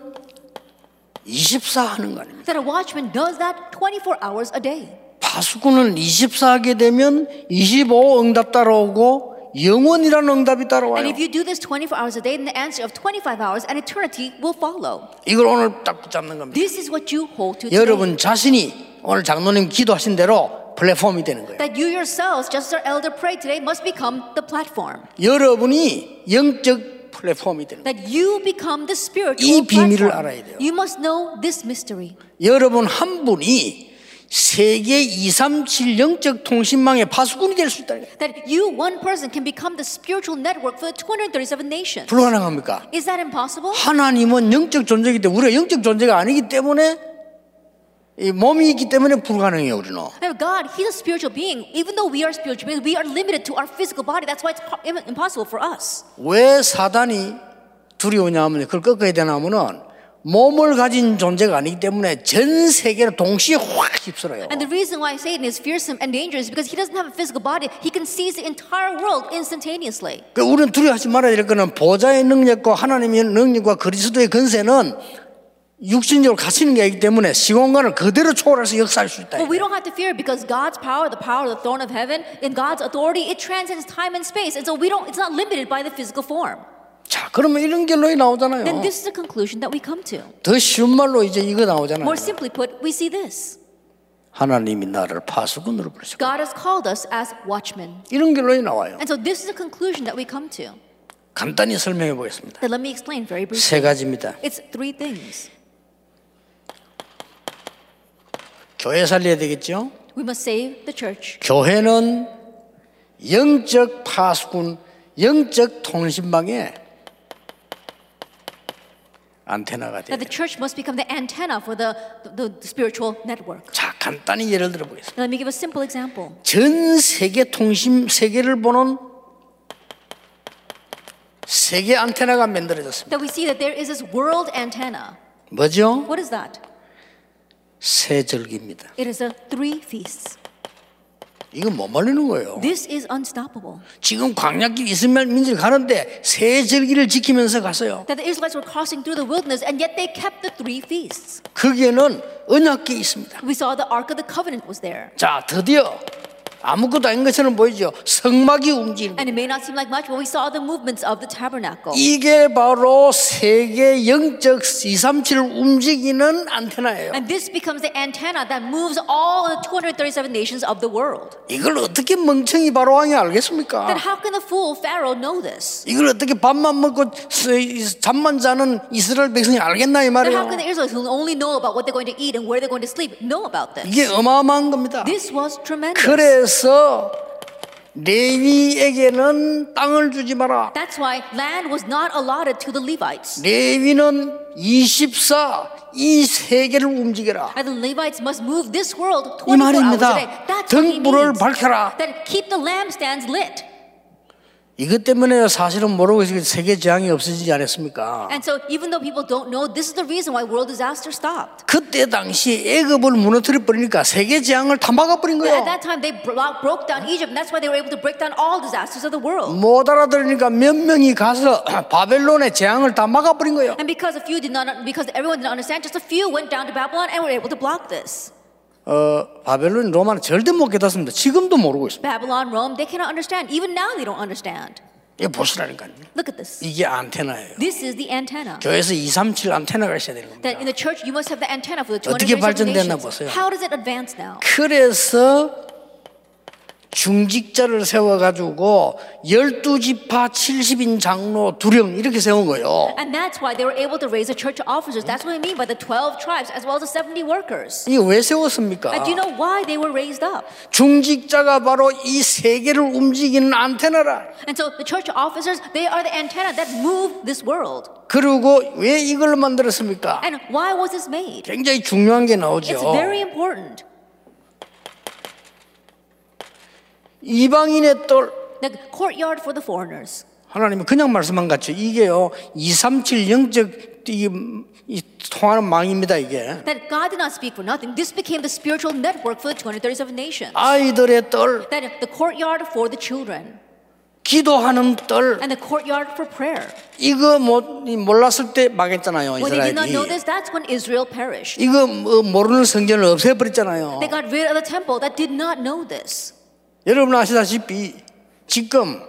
[SPEAKER 1] 24 하는 거 아닙니까?
[SPEAKER 2] That a watchman does that 24 hours a day.
[SPEAKER 1] 파수꾼은 24 하게 되면 25 응답 따라오고 영원이라는 응답이
[SPEAKER 2] And
[SPEAKER 1] 따라와요.
[SPEAKER 2] if you do this 24 hours a day, then the answer of 25 hours and eternity will follow.
[SPEAKER 1] 이걸 오늘 딱 붙잡는 겁니다.
[SPEAKER 2] This is what you hold to today.
[SPEAKER 1] 여러분 자신이 오늘 장로님 기도하신 대로 플랫폼이 되는 거예요.
[SPEAKER 2] That you yourselves, just as our elder prayed today, must become the platform.
[SPEAKER 1] 여러분이 영적 플랫폼이 되는 거예요.
[SPEAKER 2] That you become
[SPEAKER 1] 이
[SPEAKER 2] the spiritual
[SPEAKER 1] 비밀을
[SPEAKER 2] platform.
[SPEAKER 1] 알아야 돼요.
[SPEAKER 2] You must know this mystery.
[SPEAKER 1] 여러분 한 분이 세계 237 영적 통신망의 파수꾼이 될 수 있다.
[SPEAKER 2] That you, one person, can become the spiritual network for the 237 nations.
[SPEAKER 1] 불가능합니까?
[SPEAKER 2] Is that impossible?
[SPEAKER 1] 하나님은 영적 존재이기 때문에 우리가 영적 존재가 아니기 때문에 이 몸이 있기 때문에 불가능해요 우리는.
[SPEAKER 2] That God, He's a spiritual being. Even though we are spiritual beings, we are limited to our physical body. That's why it's po- im- impossible for us.
[SPEAKER 1] 왜 사단이 두려우냐 하면 그걸 꺾어야 되나 하면은 몸을 가진 존재가 아니기 때문에 전 세계를 동시에 확 휩쓸어요.
[SPEAKER 2] And the reason why Satan is fearsome and dangerous is because he doesn't have a physical body. He can seize the entire world instantaneously.
[SPEAKER 1] 그 우리는 두려워하지 말아야 될 거는 보좌의 능력과 하나님의 능력과 그리스도의 근세는 육신적으로 갇히는 게 아니기 때문에 시공간을 그대로 초월해서 역사할 수 있다.
[SPEAKER 2] But we don't have to fear because God's power, the power of the throne of heaven, in God's authority, it transcends time and space. And so we don't it's not limited by the physical form.
[SPEAKER 1] 자, 그러면 이런 결론이
[SPEAKER 2] Then
[SPEAKER 1] 나오잖아요.
[SPEAKER 2] this is the conclusion that we come to.
[SPEAKER 1] 더 쉬운 말로 이제 이거 나오잖아요.
[SPEAKER 2] More simply put, we see this.
[SPEAKER 1] 하나님이 나를 파수꾼으로 부르셨고
[SPEAKER 2] God has called us as watchmen.
[SPEAKER 1] 이런 결론이 나와요.
[SPEAKER 2] And so this is the conclusion that we come to.
[SPEAKER 1] 간단히 설명해 보겠습니다.
[SPEAKER 2] Then let me explain very briefly.
[SPEAKER 1] 세 가지입니다.
[SPEAKER 2] It's three things.
[SPEAKER 1] 교회 살려야 되겠죠?
[SPEAKER 2] We must save the church.
[SPEAKER 1] 교회는 영적 파수꾼, 영적 통신망에 안테나가 돼요.
[SPEAKER 2] That the church must become the antenna for the, the, the spiritual network.
[SPEAKER 1] 자, 간단히 예를 들어 보겠습니다.
[SPEAKER 2] Let me give a simple example.
[SPEAKER 1] 전 세계 통신 세계를 보는 세계 안테나가 만들어졌습니다.
[SPEAKER 2] That we see that there is this world antenna.
[SPEAKER 1] 뭐죠?
[SPEAKER 2] What is that?
[SPEAKER 1] 새 절기입니다.
[SPEAKER 2] It is the three feasts.
[SPEAKER 1] 이거 못 말리는 거예요.
[SPEAKER 2] This is unstoppable.
[SPEAKER 1] 지금 광야길 이스라엘 민족이 가는데 새 절기를 지키면서 갔어요.
[SPEAKER 2] That the Israelites were crossing through the wilderness and yet they kept the three feasts.
[SPEAKER 1] 거기에는 언약계 있습니다.
[SPEAKER 2] We saw the Ark of the Covenant was there.
[SPEAKER 1] 자, 드디어 아무것도 아닌 것처럼 보이죠. 성막이 움직입니다.
[SPEAKER 2] And it may not seem like much, but we saw the movements of the tabernacle.
[SPEAKER 1] 이게 바로 세계 영적 237을 움직이는 안테나예요.
[SPEAKER 2] And this becomes the antenna that moves all the 237 nations of the world.
[SPEAKER 1] 이걸 어떻게 멍청이 바로 왕이 알겠습니까?
[SPEAKER 2] Then how can the fool Pharaoh know this?
[SPEAKER 1] 이걸 어떻게 밥만 먹고 쓰- 이- 잠만 자는 이스라엘 백성이 알겠나 이
[SPEAKER 2] Then how
[SPEAKER 1] 말이에요.
[SPEAKER 2] can the Israelites, who only know about what they're going to eat and where they're going to sleep, know about this?
[SPEAKER 1] 이게 어마어마한 겁니다.
[SPEAKER 2] This was tremendous.
[SPEAKER 1] 그래서 레위에게는 땅을 주지 마라.
[SPEAKER 2] That's why land was not allotted to the Levites.
[SPEAKER 1] 레위는 24 이 세계를 움직여라.
[SPEAKER 2] And the Levites must move this world
[SPEAKER 1] 이
[SPEAKER 2] 24 hours a day.
[SPEAKER 1] 말입니다.
[SPEAKER 2] That's what he
[SPEAKER 1] 등불을
[SPEAKER 2] means.
[SPEAKER 1] 밝혀라.
[SPEAKER 2] Then keep the lampstands lit.
[SPEAKER 1] 이것 때문에 사실은 모르고 있어요. 세계 재앙이 없어지지 않았습니까?
[SPEAKER 2] And so even though people don't know, this is the reason why world disaster stopped.
[SPEAKER 1] 그때 당시 애굽을 무너뜨려 버리니까 세계 재앙을 다 막아버린
[SPEAKER 2] At
[SPEAKER 1] 거예요.
[SPEAKER 2] that time, they bro- broke down Egypt, and that's why they were able to break down all disasters of the world.
[SPEAKER 1] 못 알아들으니까 몇 명이 가서 바벨론의 재앙을 다 막아버린 거예요.
[SPEAKER 2] And because a few did not, because everyone didn't understand, just a few went down to Babylon and were able to block this.
[SPEAKER 1] 어, 바벨론 로마는 절대 못 깨닫습니다. 지금도 모르고 있습니다.
[SPEAKER 2] Babylon, Rome, they cannot understand. Even now, they don't understand.
[SPEAKER 1] 이거 보시라니까요.
[SPEAKER 2] Look at this.
[SPEAKER 1] 이게 안테나예요.
[SPEAKER 2] This is the antenna.
[SPEAKER 1] 교회에서 2, 3, 7 안테나가 있어야 되는 겁니다.
[SPEAKER 2] That in the church, you must have the antenna for the
[SPEAKER 1] 어떻게
[SPEAKER 2] 237
[SPEAKER 1] 발전됐나
[SPEAKER 2] nations.
[SPEAKER 1] 보세요.
[SPEAKER 2] How does it advance now?
[SPEAKER 1] 그래서 중직자를 세워가지고 12지파 70인 장로 두령 이렇게 세운 거예요.
[SPEAKER 2] And that's why they were able to raise the church officers. That's what I mean by the 12 tribes as well as the 70 workers.
[SPEAKER 1] 이게 왜 세웠습니까?
[SPEAKER 2] And 아, do you know why they were raised up?
[SPEAKER 1] 중직자가 바로 이 세계를 움직이는 안테나라.
[SPEAKER 2] And so the church officers, they are the antenna that move this world.
[SPEAKER 1] 그리고 왜 이걸 만들었습니까?
[SPEAKER 2] And why was this made?
[SPEAKER 1] 굉장히 중요한 게
[SPEAKER 2] 아, It's
[SPEAKER 1] 나오죠.
[SPEAKER 2] very important.
[SPEAKER 1] 이방인의 똘
[SPEAKER 2] The courtyard for the foreigners.
[SPEAKER 1] 하나님이 그냥 말씀한 것 같죠. 이게요, 237 영적 이, 이 통하는 망입니다, 이게.
[SPEAKER 2] That God did not speak for nothing. This became the spiritual network for the 237 nations.
[SPEAKER 1] Ah. 아이들의 뜰,
[SPEAKER 2] That the courtyard for the children
[SPEAKER 1] 기도하는 뜰,
[SPEAKER 2] and the courtyard for prayer.
[SPEAKER 1] 이거 못, 이 몰랐을 때 망했잖아요,
[SPEAKER 2] When they did not know
[SPEAKER 1] 이스라엘이.
[SPEAKER 2] this, that's when Israel perished.
[SPEAKER 1] 이거 뭐 모르는 성전을 없애버렸잖아요.
[SPEAKER 2] They got rid of the temple that did not know this.
[SPEAKER 1] 여러분 아시다시피 지금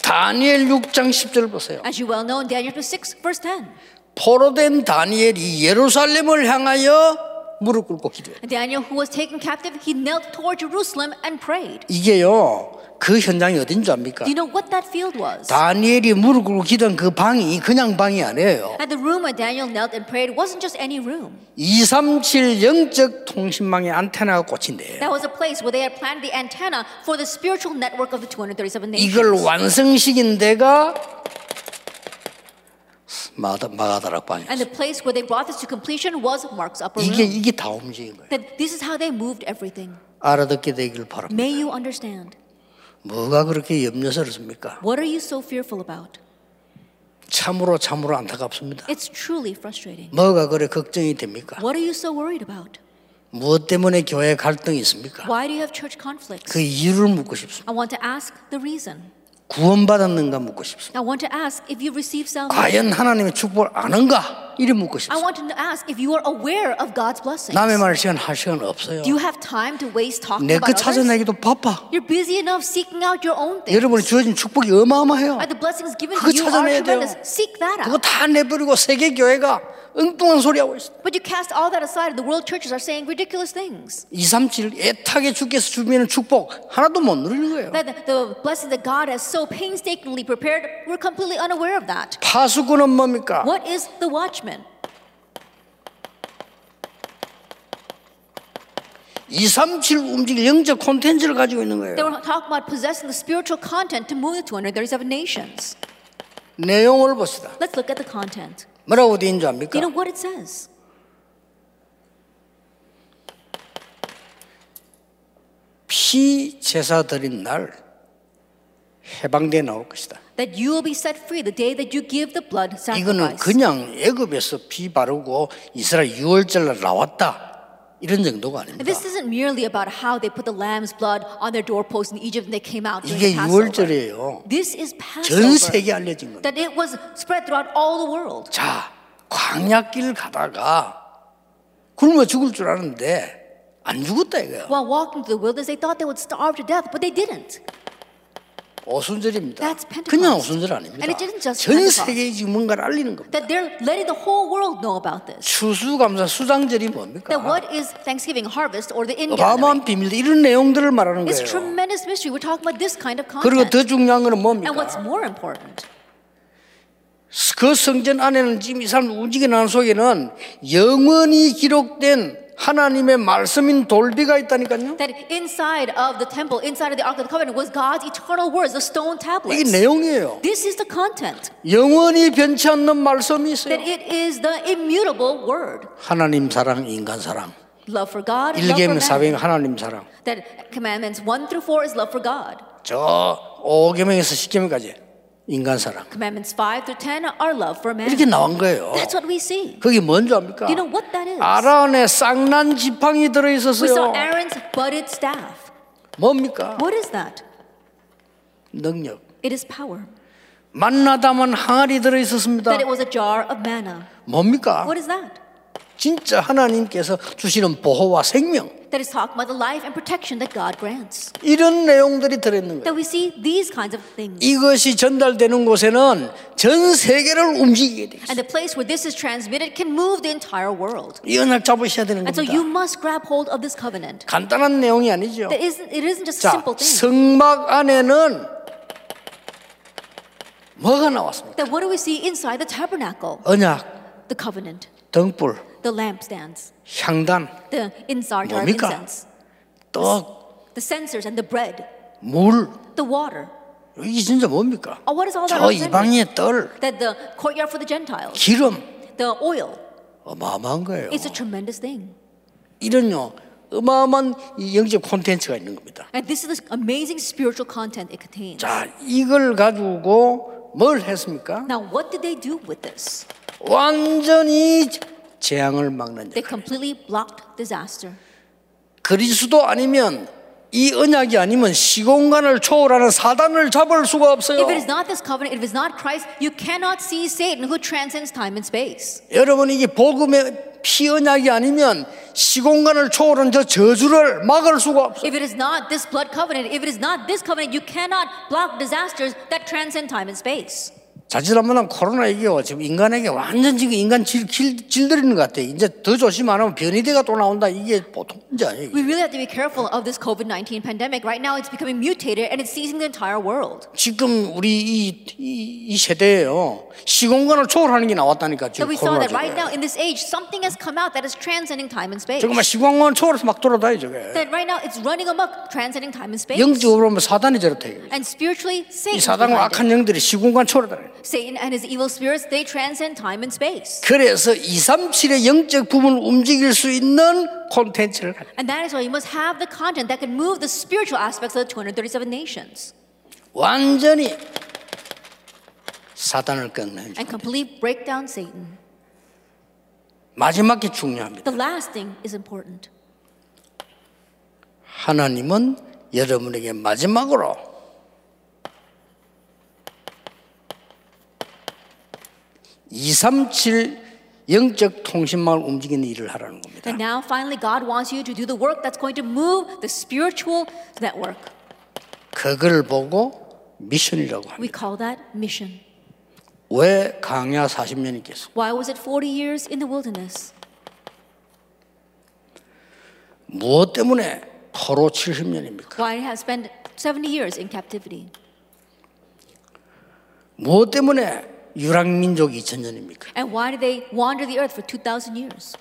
[SPEAKER 1] 다니엘 6장 10절 보세요.
[SPEAKER 2] As you well know in Daniel chapter 6, verse 10.
[SPEAKER 1] 포로된 다니엘이 예루살렘을 향하여 무릎 꿇고 기도해요.
[SPEAKER 2] And Daniel, who was taken captive, he knelt toward Jerusalem and prayed.
[SPEAKER 1] 이게요 그 현장이 어딘 줄 압니까?
[SPEAKER 2] Do you know what that field was?
[SPEAKER 1] 다니엘이 무릎 꿇고 기도한 그 방이 그냥 방이 아니에요.
[SPEAKER 2] And the room where Daniel knelt and prayed wasn't just any room.
[SPEAKER 1] 237 영적 통신망의 안테나가 꽂힌대요.
[SPEAKER 2] That was a place where they had planted the antenna for the spiritual network of the 237
[SPEAKER 1] 이걸
[SPEAKER 2] nations.
[SPEAKER 1] 완성시킨 데가 마다, 마가다락 방이에요.
[SPEAKER 2] And the place where they brought this to completion was Mark's upper
[SPEAKER 1] 이게
[SPEAKER 2] room.
[SPEAKER 1] 이게 다 움직인 거예요.
[SPEAKER 2] That this is how they moved everything.
[SPEAKER 1] 알아듣게 되길 바랍니다.
[SPEAKER 2] May you understand.
[SPEAKER 1] 뭐가 그렇게 염려스럽습니까?
[SPEAKER 2] What are you so fearful about?
[SPEAKER 1] 참으로 참으로 안타깝습니다.
[SPEAKER 2] It's truly frustrating.
[SPEAKER 1] 뭐가 그래 걱정이 됩니까?
[SPEAKER 2] What are you so worried about?
[SPEAKER 1] 무엇 때문에 교회 갈등이 있습니까?
[SPEAKER 2] Why do you have church conflicts?
[SPEAKER 1] 그 이유를 묻고 싶습니다.
[SPEAKER 2] I want to ask the reason.
[SPEAKER 1] 구원받았는가 묻고 싶습니다.
[SPEAKER 2] I want to ask if you receive salvation.
[SPEAKER 1] 과연 하나님의 축복을 아는가? 이래 묻고
[SPEAKER 2] I
[SPEAKER 1] 싶습니다.
[SPEAKER 2] want to ask if you are aware of God's blessings.
[SPEAKER 1] 남의
[SPEAKER 2] Do
[SPEAKER 1] 말 시간 할 시간 없어요.
[SPEAKER 2] you have time to waste talking
[SPEAKER 1] 내 거
[SPEAKER 2] about others?
[SPEAKER 1] 찾아내기도 바빠.
[SPEAKER 2] You're busy enough seeking out your own things.
[SPEAKER 1] 여러분이 주어진 축복이 어마어마해요.
[SPEAKER 2] Are the blessings given
[SPEAKER 1] 그거
[SPEAKER 2] to you are
[SPEAKER 1] 찾아내야 돼요.
[SPEAKER 2] tremendous. Seek that
[SPEAKER 1] 그거
[SPEAKER 2] out.
[SPEAKER 1] 다 내버리고 세계 교회가 엉뚱한 소리 하고 있어.
[SPEAKER 2] But you cast all that aside, and the world churches are saying ridiculous things.
[SPEAKER 1] 237 애타게 주께서 주면 축복 하나도 못 누리는 거예요.
[SPEAKER 2] That the, the blessings that God has so painstakingly prepared, we're completely unaware of that.
[SPEAKER 1] 파수꾼은 뭡니까?
[SPEAKER 2] What is the watchman?
[SPEAKER 1] 237 움직일 영적 콘텐츠를 가지고 있는 거예요.
[SPEAKER 2] They were talking about possessing the spiritual content to move the 237 nations.
[SPEAKER 1] 내용을 봅시다.
[SPEAKER 2] Let's look at the content.
[SPEAKER 1] 뭐라고 되어 있는 줄
[SPEAKER 2] Do you know
[SPEAKER 1] 압니까?
[SPEAKER 2] what it says?
[SPEAKER 1] 피 제사 드린 날 해방돼 나올 것이다.
[SPEAKER 2] That you will be set free the day that you give the blood
[SPEAKER 1] 이거는
[SPEAKER 2] sacrifice.
[SPEAKER 1] 그냥 애굽에서 피 바르고 이스라엘 6월절 날 나왔다. 이런 정도가
[SPEAKER 2] And
[SPEAKER 1] 아닙니다.
[SPEAKER 2] 네, This isn't merely about how they put the lamb's blood on their doorpost in Egypt and they came out during
[SPEAKER 1] 이게
[SPEAKER 2] Passover.
[SPEAKER 1] 6월절이에요.
[SPEAKER 2] This is
[SPEAKER 1] 전
[SPEAKER 2] Passover.
[SPEAKER 1] 세계에 알려진 겁니다.
[SPEAKER 2] That it was spread throughout all the world.
[SPEAKER 1] 자, 광약길 가다가 굶어 죽을 줄 아는데 안 죽었다 이거예요.
[SPEAKER 2] While walking through the wilderness, they thought they would starve to death, but they didn't.
[SPEAKER 1] 오순절입니다.
[SPEAKER 2] That's Pentecost.
[SPEAKER 1] 그냥 오순절
[SPEAKER 2] And it didn't
[SPEAKER 1] 아닙니다.
[SPEAKER 2] just
[SPEAKER 1] 전
[SPEAKER 2] Pentecost.
[SPEAKER 1] 세계에 지금 뭔가를 알리는 겁니다.
[SPEAKER 2] That they're letting the whole world know about this.
[SPEAKER 1] 추수감사 수장절이
[SPEAKER 2] That
[SPEAKER 1] 뭡니까?
[SPEAKER 2] what is Thanksgiving harvest or the ingathering?
[SPEAKER 1] 어마어마한 비밀 이런 내용들을 말하는
[SPEAKER 2] It's
[SPEAKER 1] 거예요.
[SPEAKER 2] tremendous mystery. We're talking about this kind of
[SPEAKER 1] 그리고
[SPEAKER 2] content.
[SPEAKER 1] 더 중요한 거는
[SPEAKER 2] And what's
[SPEAKER 1] 뭡니까?
[SPEAKER 2] more important,
[SPEAKER 1] 그 성전 안에는 지금 이 사람 움직이 나는 속에는 영원히 기록된 하나님의 말씀인 돌비가 있다니까요.
[SPEAKER 2] that inside of the temple, inside of the Ark of the Covenant, was God's eternal words, the stone
[SPEAKER 1] 이게
[SPEAKER 2] tablets.
[SPEAKER 1] 내용이에요.
[SPEAKER 2] This is the content.
[SPEAKER 1] 영원히 변치 않는 말씀이 있어요.
[SPEAKER 2] That it is the immutable word.
[SPEAKER 1] 하나님 사랑, 인간 사랑.
[SPEAKER 2] Love for God and love for
[SPEAKER 1] 일개명 사명
[SPEAKER 2] man.
[SPEAKER 1] 하나님 사랑.
[SPEAKER 2] That commandments 1 through 4 is love for God.
[SPEAKER 1] 저 5개명에서 10개명까지 인간 사랑.
[SPEAKER 2] Commandments 5 through 10 are love for
[SPEAKER 1] 이렇게
[SPEAKER 2] man.
[SPEAKER 1] 나온 거예요.
[SPEAKER 2] That's what we see.
[SPEAKER 1] 그게 뭔지 압니까?
[SPEAKER 2] Do you know what that is?
[SPEAKER 1] 아란에 쌍난 지팡이 들어
[SPEAKER 2] We saw
[SPEAKER 1] 있었어요.
[SPEAKER 2] Aaron's budded staff.
[SPEAKER 1] 뭡니까?
[SPEAKER 2] What is that?
[SPEAKER 1] 능력.
[SPEAKER 2] It is power.
[SPEAKER 1] 만나다만 항아리 들어 있었습니다.
[SPEAKER 2] That it was a jar of manna.
[SPEAKER 1] 뭡니까?
[SPEAKER 2] What is that?
[SPEAKER 1] 진짜 하나님께서 주시는 보호와 생명
[SPEAKER 2] That is talking about the life and protection that God grants.
[SPEAKER 1] 이런 내용들이 들어 있는 거예요.
[SPEAKER 2] That we see these kinds of things.
[SPEAKER 1] 이것이 전달되는 곳에는 전 세계를 움직이게 돼요.
[SPEAKER 2] And the place where this is transmitted can move the entire world.
[SPEAKER 1] 이 언약 잡으셔야 되는
[SPEAKER 2] And so you
[SPEAKER 1] 겁니다.
[SPEAKER 2] must grab hold of this covenant.
[SPEAKER 1] 간단한 내용이 아니죠.
[SPEAKER 2] That isn't, it isn't just
[SPEAKER 1] 자,
[SPEAKER 2] a simple thing.
[SPEAKER 1] 성막 안에는 뭐가 나왔습니까?
[SPEAKER 2] That what do we see inside the tabernacle?
[SPEAKER 1] 언약,
[SPEAKER 2] The covenant,
[SPEAKER 1] 등불,
[SPEAKER 2] the lampstands,
[SPEAKER 1] 향단,
[SPEAKER 2] the inside jar of
[SPEAKER 1] 뭡니까?
[SPEAKER 2] incense,
[SPEAKER 1] 떡,
[SPEAKER 2] the censers and the bread,
[SPEAKER 1] 물.
[SPEAKER 2] the water.
[SPEAKER 1] 이게 진짜 뭡니까?
[SPEAKER 2] Oh, what is all that?
[SPEAKER 1] 저
[SPEAKER 2] representing?
[SPEAKER 1] 이방의 떨,
[SPEAKER 2] That the courtyard for the Gentiles,
[SPEAKER 1] 기름
[SPEAKER 2] the oil.
[SPEAKER 1] 어마어마한 거예요.
[SPEAKER 2] It's a tremendous thing.
[SPEAKER 1] 이런요 어마어마한 이 영적 콘텐츠가 있는 겁니다.
[SPEAKER 2] And this is the amazing spiritual content it contains.
[SPEAKER 1] 자, 이걸 가지고 뭘 했습니까?
[SPEAKER 2] Now, what did they do with this?
[SPEAKER 1] 완전히 재앙을 막는
[SPEAKER 2] They
[SPEAKER 1] 일.
[SPEAKER 2] completely blocked disaster.
[SPEAKER 1] 그리스도 아니면 이 언약이 아니면 시공간을 초월하는 사단을 잡을 수가 없어요.
[SPEAKER 2] If it is not this covenant, if it is not Christ, you cannot see Satan who transcends time and space.
[SPEAKER 1] 여러분 이게 복음의 피 언약이 아니면 시공간을 초월하는 저 저주를 막을 수가 없어요.
[SPEAKER 2] If it is not this blood covenant, if it is not this covenant, you cannot block disasters that transcend time and space.
[SPEAKER 1] 자칫하면 코로나 이게 뭐 지금 인간에게 완전 지금 인간 질, 질, 질들이는 것 같아. 이제 더 조심 안 하면 변이대가 또 나온다. 이게 보통 문제 아니에요.
[SPEAKER 2] We really have to be careful of this COVID 19 pandemic. Right now, it's becoming mutated and it's seizing the entire world.
[SPEAKER 1] 지금 우리 이, 이, 이 세대에요. 시공간을 초월하는 게 나왔다니까 지금
[SPEAKER 2] So we saw that right
[SPEAKER 1] 코로나
[SPEAKER 2] now in this age, something has come out that is transcending time and space.
[SPEAKER 1] 정말 시공간 초월해서 막 돌아다니 저게.
[SPEAKER 2] That right now it's running amok, transcending time and space.
[SPEAKER 1] 영적으로 보면 사단이 저렇대.
[SPEAKER 2] And spiritually,
[SPEAKER 1] 이
[SPEAKER 2] Satan.
[SPEAKER 1] 사단과
[SPEAKER 2] behind it.
[SPEAKER 1] 악한 영들이 시공간 초월하다.
[SPEAKER 2] Satan and his evil spirits, they transcend time and space.
[SPEAKER 1] 그래서 237의 영적 부분을 움직일 수 있는 콘텐츠를 갖-
[SPEAKER 2] And that is why you must have the content that can move the spiritual aspects of the 237 nations
[SPEAKER 1] 완전히 사단을 꺾는
[SPEAKER 2] and completely break down Satan.
[SPEAKER 1] 마지막 게 중요합니다.
[SPEAKER 2] The last thing is important.
[SPEAKER 1] 하나님은 여러분에게 마지막으로 (237) 영적 통신망을 움직이는 일을 하라는 겁니다.
[SPEAKER 2] That now, finally, God wants you to do the work that's going to move the spiritual network.
[SPEAKER 1] 그걸 보고 미션이라고
[SPEAKER 2] We
[SPEAKER 1] 합니다.
[SPEAKER 2] call that mission.
[SPEAKER 1] 왜 강야 40년이겠어?
[SPEAKER 2] Why was it 40 years in the wilderness?
[SPEAKER 1] 무엇 때문에 포로 70년입니까?
[SPEAKER 2] Why it has spent 70 years in captivity?
[SPEAKER 1] 무엇 때문에 유랑민족 2000년입니까?
[SPEAKER 2] And why did they wander the earth for 2,000 years?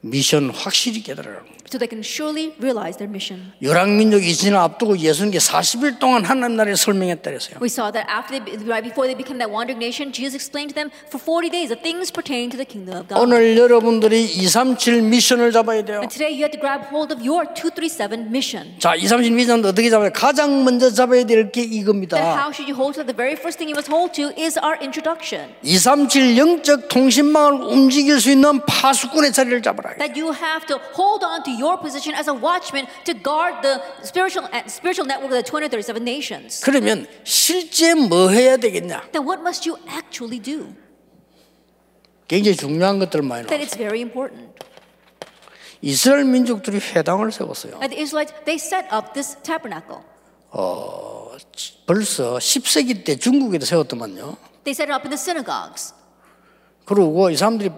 [SPEAKER 1] 미션 확실히 깨달아라.
[SPEAKER 2] So they can surely realize their mission.
[SPEAKER 1] 유랑민족 2000년 앞두고 예수님께 40일 동안 하나님 나라를 설명했다 그랬어요.
[SPEAKER 2] We saw that after they, right before they became that wandering nation, Jesus explained to them for 40 days the things pertaining to the kingdom of God.
[SPEAKER 1] 오늘 여러분들이 237 미션을 잡아야 돼요.
[SPEAKER 2] And today you have to grab hold of your 237 mission.
[SPEAKER 1] 자, 237 미션은 어떻게 잡아요? 가장 먼저 잡아야 될 게
[SPEAKER 2] Then
[SPEAKER 1] 이겁니다.
[SPEAKER 2] how should you hold to it? The very first thing you must hold to is our introduction.
[SPEAKER 1] 237 영적 통신망을 움직일 수 있는 파수꾼의 자리를 잡아라.
[SPEAKER 2] That you have to hold on to your position as a watchman to guard the spiritual eh, spiritual network of the 237 nations.
[SPEAKER 1] 그러면 실제 뭐 해야 되겠냐?
[SPEAKER 2] Then what must you actually do?
[SPEAKER 1] 굉장히 중요한 것들 많이
[SPEAKER 2] That
[SPEAKER 1] 나와요.
[SPEAKER 2] it's very important.
[SPEAKER 1] 이스라엘 민족들이 회당을 세웠어요.
[SPEAKER 2] And the Israelites, they set up this tabernacle.
[SPEAKER 1] 어, 벌써 10세기 때 중국에도 세웠더만요.
[SPEAKER 2] They set it up in the synagogues.
[SPEAKER 1] 그러고 이 사람들이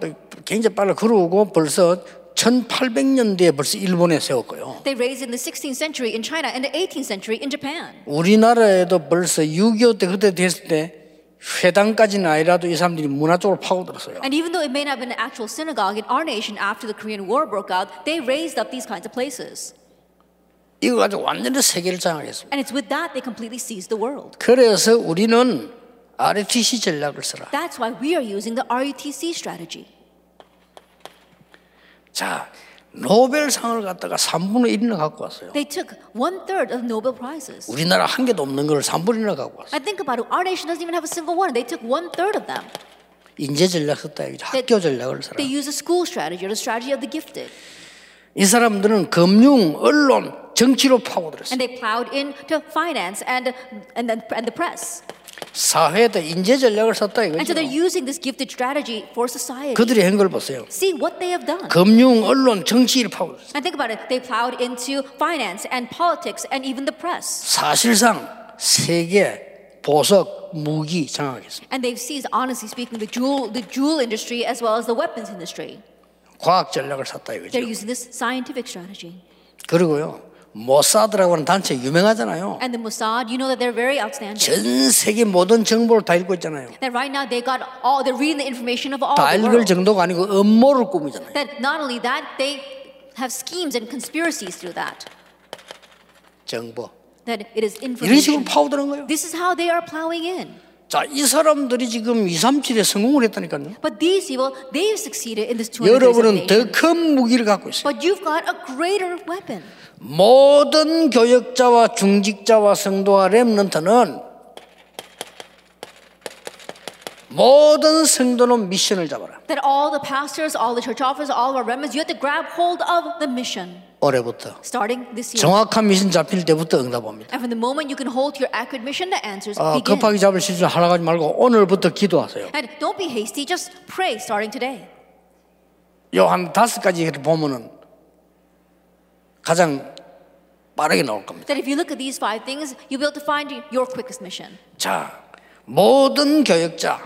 [SPEAKER 1] 굉장히 빨라. 그러고 벌써 1800년대에 벌써 일본에 세웠고요.
[SPEAKER 2] They raised it in the 16th century in China and the 18th century in Japan.
[SPEAKER 1] 우리나라에도 벌써 6.25때 그때 됐을 때 회당까지는 아니라도 이 사람들이 문화 쪽으로 파고들었어요.
[SPEAKER 2] And even though it may not have been an actual synagogue in our nation after the Korean War broke out, they raised up these kinds of places.
[SPEAKER 1] 이거 가지고 완전히 세계를 장악했습니다.
[SPEAKER 2] And it's with that they completely seized the world.
[SPEAKER 1] 그래서 우리는 RTC 전략을 쓰라.
[SPEAKER 2] That's why we are using the RUTC strategy.
[SPEAKER 1] 자, 노벨상을 갖다가 3분의 1이나 갖고 왔어요.
[SPEAKER 2] They took one third of Nobel Prizes.
[SPEAKER 1] 우리나라 한 개도 없는 걸 3분의 1이나 갖고 왔어요.
[SPEAKER 2] And think about it, our nation doesn't even have a single one. They took one third of them.
[SPEAKER 1] 인재 전략 썼다. 이거죠. 학교 전략을 쓰라.
[SPEAKER 2] They use a school strategy or the strategy of the gifted.
[SPEAKER 1] 이 사람들은 금융, 언론, 정치로 파고들었어요.
[SPEAKER 2] And they plowed into finance and, and, then, and the press.
[SPEAKER 1] 사회에다 인재 전략을 썼다
[SPEAKER 2] And
[SPEAKER 1] 이거죠.
[SPEAKER 2] so they're using this gifted strategy for society.
[SPEAKER 1] 그들이 한 걸 보세요.
[SPEAKER 2] See what they have done.
[SPEAKER 1] 금융, 언론, 정치를 파고들었어요.
[SPEAKER 2] And think about it, they plowed into finance and politics and even the press.
[SPEAKER 1] 사실상 세계 보석, 무기 장악했습니다.
[SPEAKER 2] And they've seized, honestly speaking, the jewel, the jewel industry as well as the weapons industry.
[SPEAKER 1] 과학 전략을 썼다
[SPEAKER 2] They're
[SPEAKER 1] 이거죠.
[SPEAKER 2] using this scientific strategy.
[SPEAKER 1] 그리고요. 모사드라고 하는 단체 유명하잖아요.
[SPEAKER 2] And the Mossad, you know that they're very outstanding.
[SPEAKER 1] 전 세계 모든 정보를 다 읽고 있잖아요.
[SPEAKER 2] That right now they got all, they're reading the information of all
[SPEAKER 1] 다
[SPEAKER 2] the
[SPEAKER 1] 읽을
[SPEAKER 2] world.
[SPEAKER 1] 정도가 아니고 음모를 꾸미잖아요.
[SPEAKER 2] That not only that, they have schemes and conspiracies through that.
[SPEAKER 1] 정보.
[SPEAKER 2] That it is
[SPEAKER 1] 이런 식으로
[SPEAKER 2] information.
[SPEAKER 1] 파고드는 거예요.
[SPEAKER 2] 네. This is how they are plowing in.
[SPEAKER 1] 자, 이 사람들이 지금 2, 3, 7에 성공을 했다니까요.
[SPEAKER 2] But these people, they've succeeded in this 200
[SPEAKER 1] 여러분은 더 큰 무기를 갖고 있어요.
[SPEAKER 2] But you've got a greater weapon.
[SPEAKER 1] 어. 모든 교역자와 중직자와 성도와 렘넌트는 모든 성도는 미션을 잡아라.
[SPEAKER 2] That all the pastors, all the church officers, all of our remnants, you have to grab hold of the mission
[SPEAKER 1] 올해부터
[SPEAKER 2] starting this year.
[SPEAKER 1] 정확한 미션 잡힐 때부터 응답합니다.
[SPEAKER 2] And from the moment you can hold to your accurate mission, the answers
[SPEAKER 1] 아,
[SPEAKER 2] begin.
[SPEAKER 1] 급하게 잡을 시즌 하려고 하지 말고 오늘부터 기도하세요.
[SPEAKER 2] And don't be hasty, just pray starting today.
[SPEAKER 1] 요 한 다섯 가지 를 보면은 가장 빠르게 나올 겁니다.
[SPEAKER 2] That if you look at these five things, you'll be able to find your quickest mission.
[SPEAKER 1] 자, 모든 교역자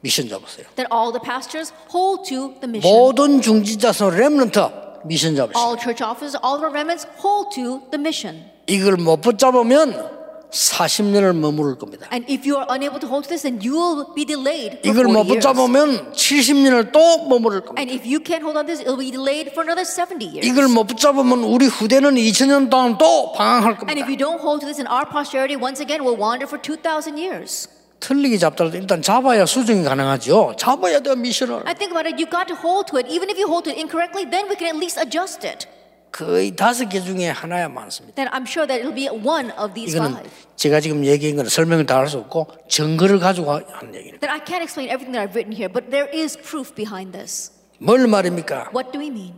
[SPEAKER 1] 미션 잡으세요.
[SPEAKER 2] That all the pastors hold to the mission.
[SPEAKER 1] 모든 중지자 선 렘넌트 미션 잡으세요.
[SPEAKER 2] All church officers, all of our remnants hold to the mission.
[SPEAKER 1] 이걸 못 붙잡으면 40년을 머무를 겁니다.
[SPEAKER 2] And if you are unable to hold to this, then you will be delayed for
[SPEAKER 1] 뭐 이걸 못
[SPEAKER 2] 40 years.
[SPEAKER 1] 붙잡으면 70년을 또 머무를 겁니다.
[SPEAKER 2] And if you can't hold on to this, it will be delayed for another 70 years.
[SPEAKER 1] 이걸 못 붙잡으면 우리 후대는 2000년 동안 또 방황할
[SPEAKER 2] And
[SPEAKER 1] 겁니다.
[SPEAKER 2] if
[SPEAKER 1] 그
[SPEAKER 2] you don't hold to this, in our posterity once again will wander for 2,000 years.
[SPEAKER 1] 틀리게 잡더라도 일단 잡아야 수정이 가능하죠. 잡아야 돼요 미션을.
[SPEAKER 2] I think about it, you've got to hold to it. Even if you hold to it incorrectly, then we can at least adjust it.
[SPEAKER 1] 거의 다섯 개 중에 하나야 많습니다.
[SPEAKER 2] Then I'm sure that it'll be one of these
[SPEAKER 1] 이거는
[SPEAKER 2] five.
[SPEAKER 1] 제가 지금 얘기한 거는 설명을 다 할 수 없고 증거를 가지고 한 얘기예요.
[SPEAKER 2] Then I can't explain everything that I've written here, but there is proof behind this.
[SPEAKER 1] 뭘 말입니까?
[SPEAKER 2] What do we mean?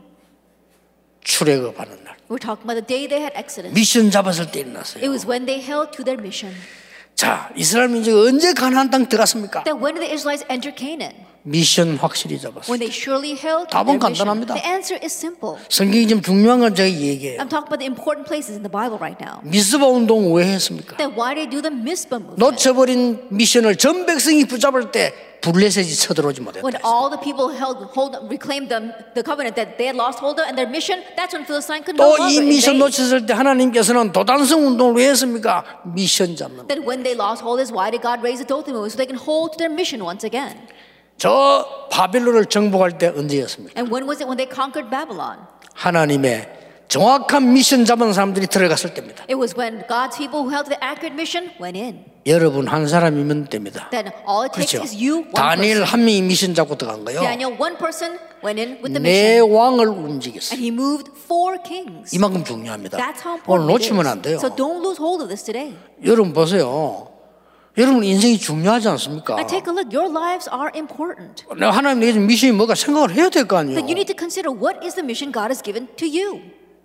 [SPEAKER 1] 출애굽하는 날.
[SPEAKER 2] We're talking about the day they had Exodus.
[SPEAKER 1] 미션 잡았을 때
[SPEAKER 2] It
[SPEAKER 1] 일어났어요.
[SPEAKER 2] was when they held to their mission.
[SPEAKER 1] 자, 이스라엘 민족이 언제 가나안 땅 들어갔습니까?
[SPEAKER 2] That when did the Israelites enter Canaan?
[SPEAKER 1] 미션 확실히 잡았어요.
[SPEAKER 2] When they surely held to
[SPEAKER 1] 답은
[SPEAKER 2] their mission.
[SPEAKER 1] 간단합니다.
[SPEAKER 2] The answer is simple.
[SPEAKER 1] 성경이 지금 중요한 건 제가 얘기해요.
[SPEAKER 2] I'm talking about the important places in the Bible right now.
[SPEAKER 1] 미스바 운동 왜 했습니까?
[SPEAKER 2] That why they do the Mizpah movement.
[SPEAKER 1] 놓쳐버린 미션을 전 백성이 붙잡을 때 블레셋이 쳐들어오지 못했다.
[SPEAKER 2] When all the people held, hold, reclaimed them, the covenant that they had lost hold of and their mission, that's when Philistine could no
[SPEAKER 1] 또 이
[SPEAKER 2] longer
[SPEAKER 1] 미션
[SPEAKER 2] invade.
[SPEAKER 1] 놓쳤을 때 하나님께서는 도단성 운동을 왜 했습니까? 미션 잡는 거.
[SPEAKER 2] That when they lost hold is why did God raise the Dothan movement so they can hold to their mission once again.
[SPEAKER 1] 저 바빌론을 정복할 때 언제였습니까?
[SPEAKER 2] And when was it when they conquered Babylon?
[SPEAKER 1] 하나님의 정확한 미션 잡은 사람들이 들어갔을 때입니다.
[SPEAKER 2] It was when God's people who held the accurate mission went in.
[SPEAKER 1] 여러분 한 사람이면 됩니다.
[SPEAKER 2] Then all it takes
[SPEAKER 1] 그렇죠?
[SPEAKER 2] is 네. you, one
[SPEAKER 1] 다니엘
[SPEAKER 2] person. 네,
[SPEAKER 1] 한 명이 미션 잡고 들어간 거요.
[SPEAKER 2] Daniel, one person went in with the
[SPEAKER 1] 내
[SPEAKER 2] mission,
[SPEAKER 1] 왕을 움직였어.
[SPEAKER 2] and
[SPEAKER 1] 요
[SPEAKER 2] he moved four kings.
[SPEAKER 1] 이만큼 중요합니다.
[SPEAKER 2] That's how
[SPEAKER 1] 오늘
[SPEAKER 2] important it
[SPEAKER 1] 놓치면 안 돼요.
[SPEAKER 2] is. So don't lose hold of this today.
[SPEAKER 1] 여러분 보세요. 여러분 인생이 중요하지 않습니까?
[SPEAKER 2] Now take a look. Your lives are important.
[SPEAKER 1] 내가 하나님 내게 준 미션이 뭐가 생각을 해야 될 거 아니에요.
[SPEAKER 2] Then you need to consider what is the mission God has given to you.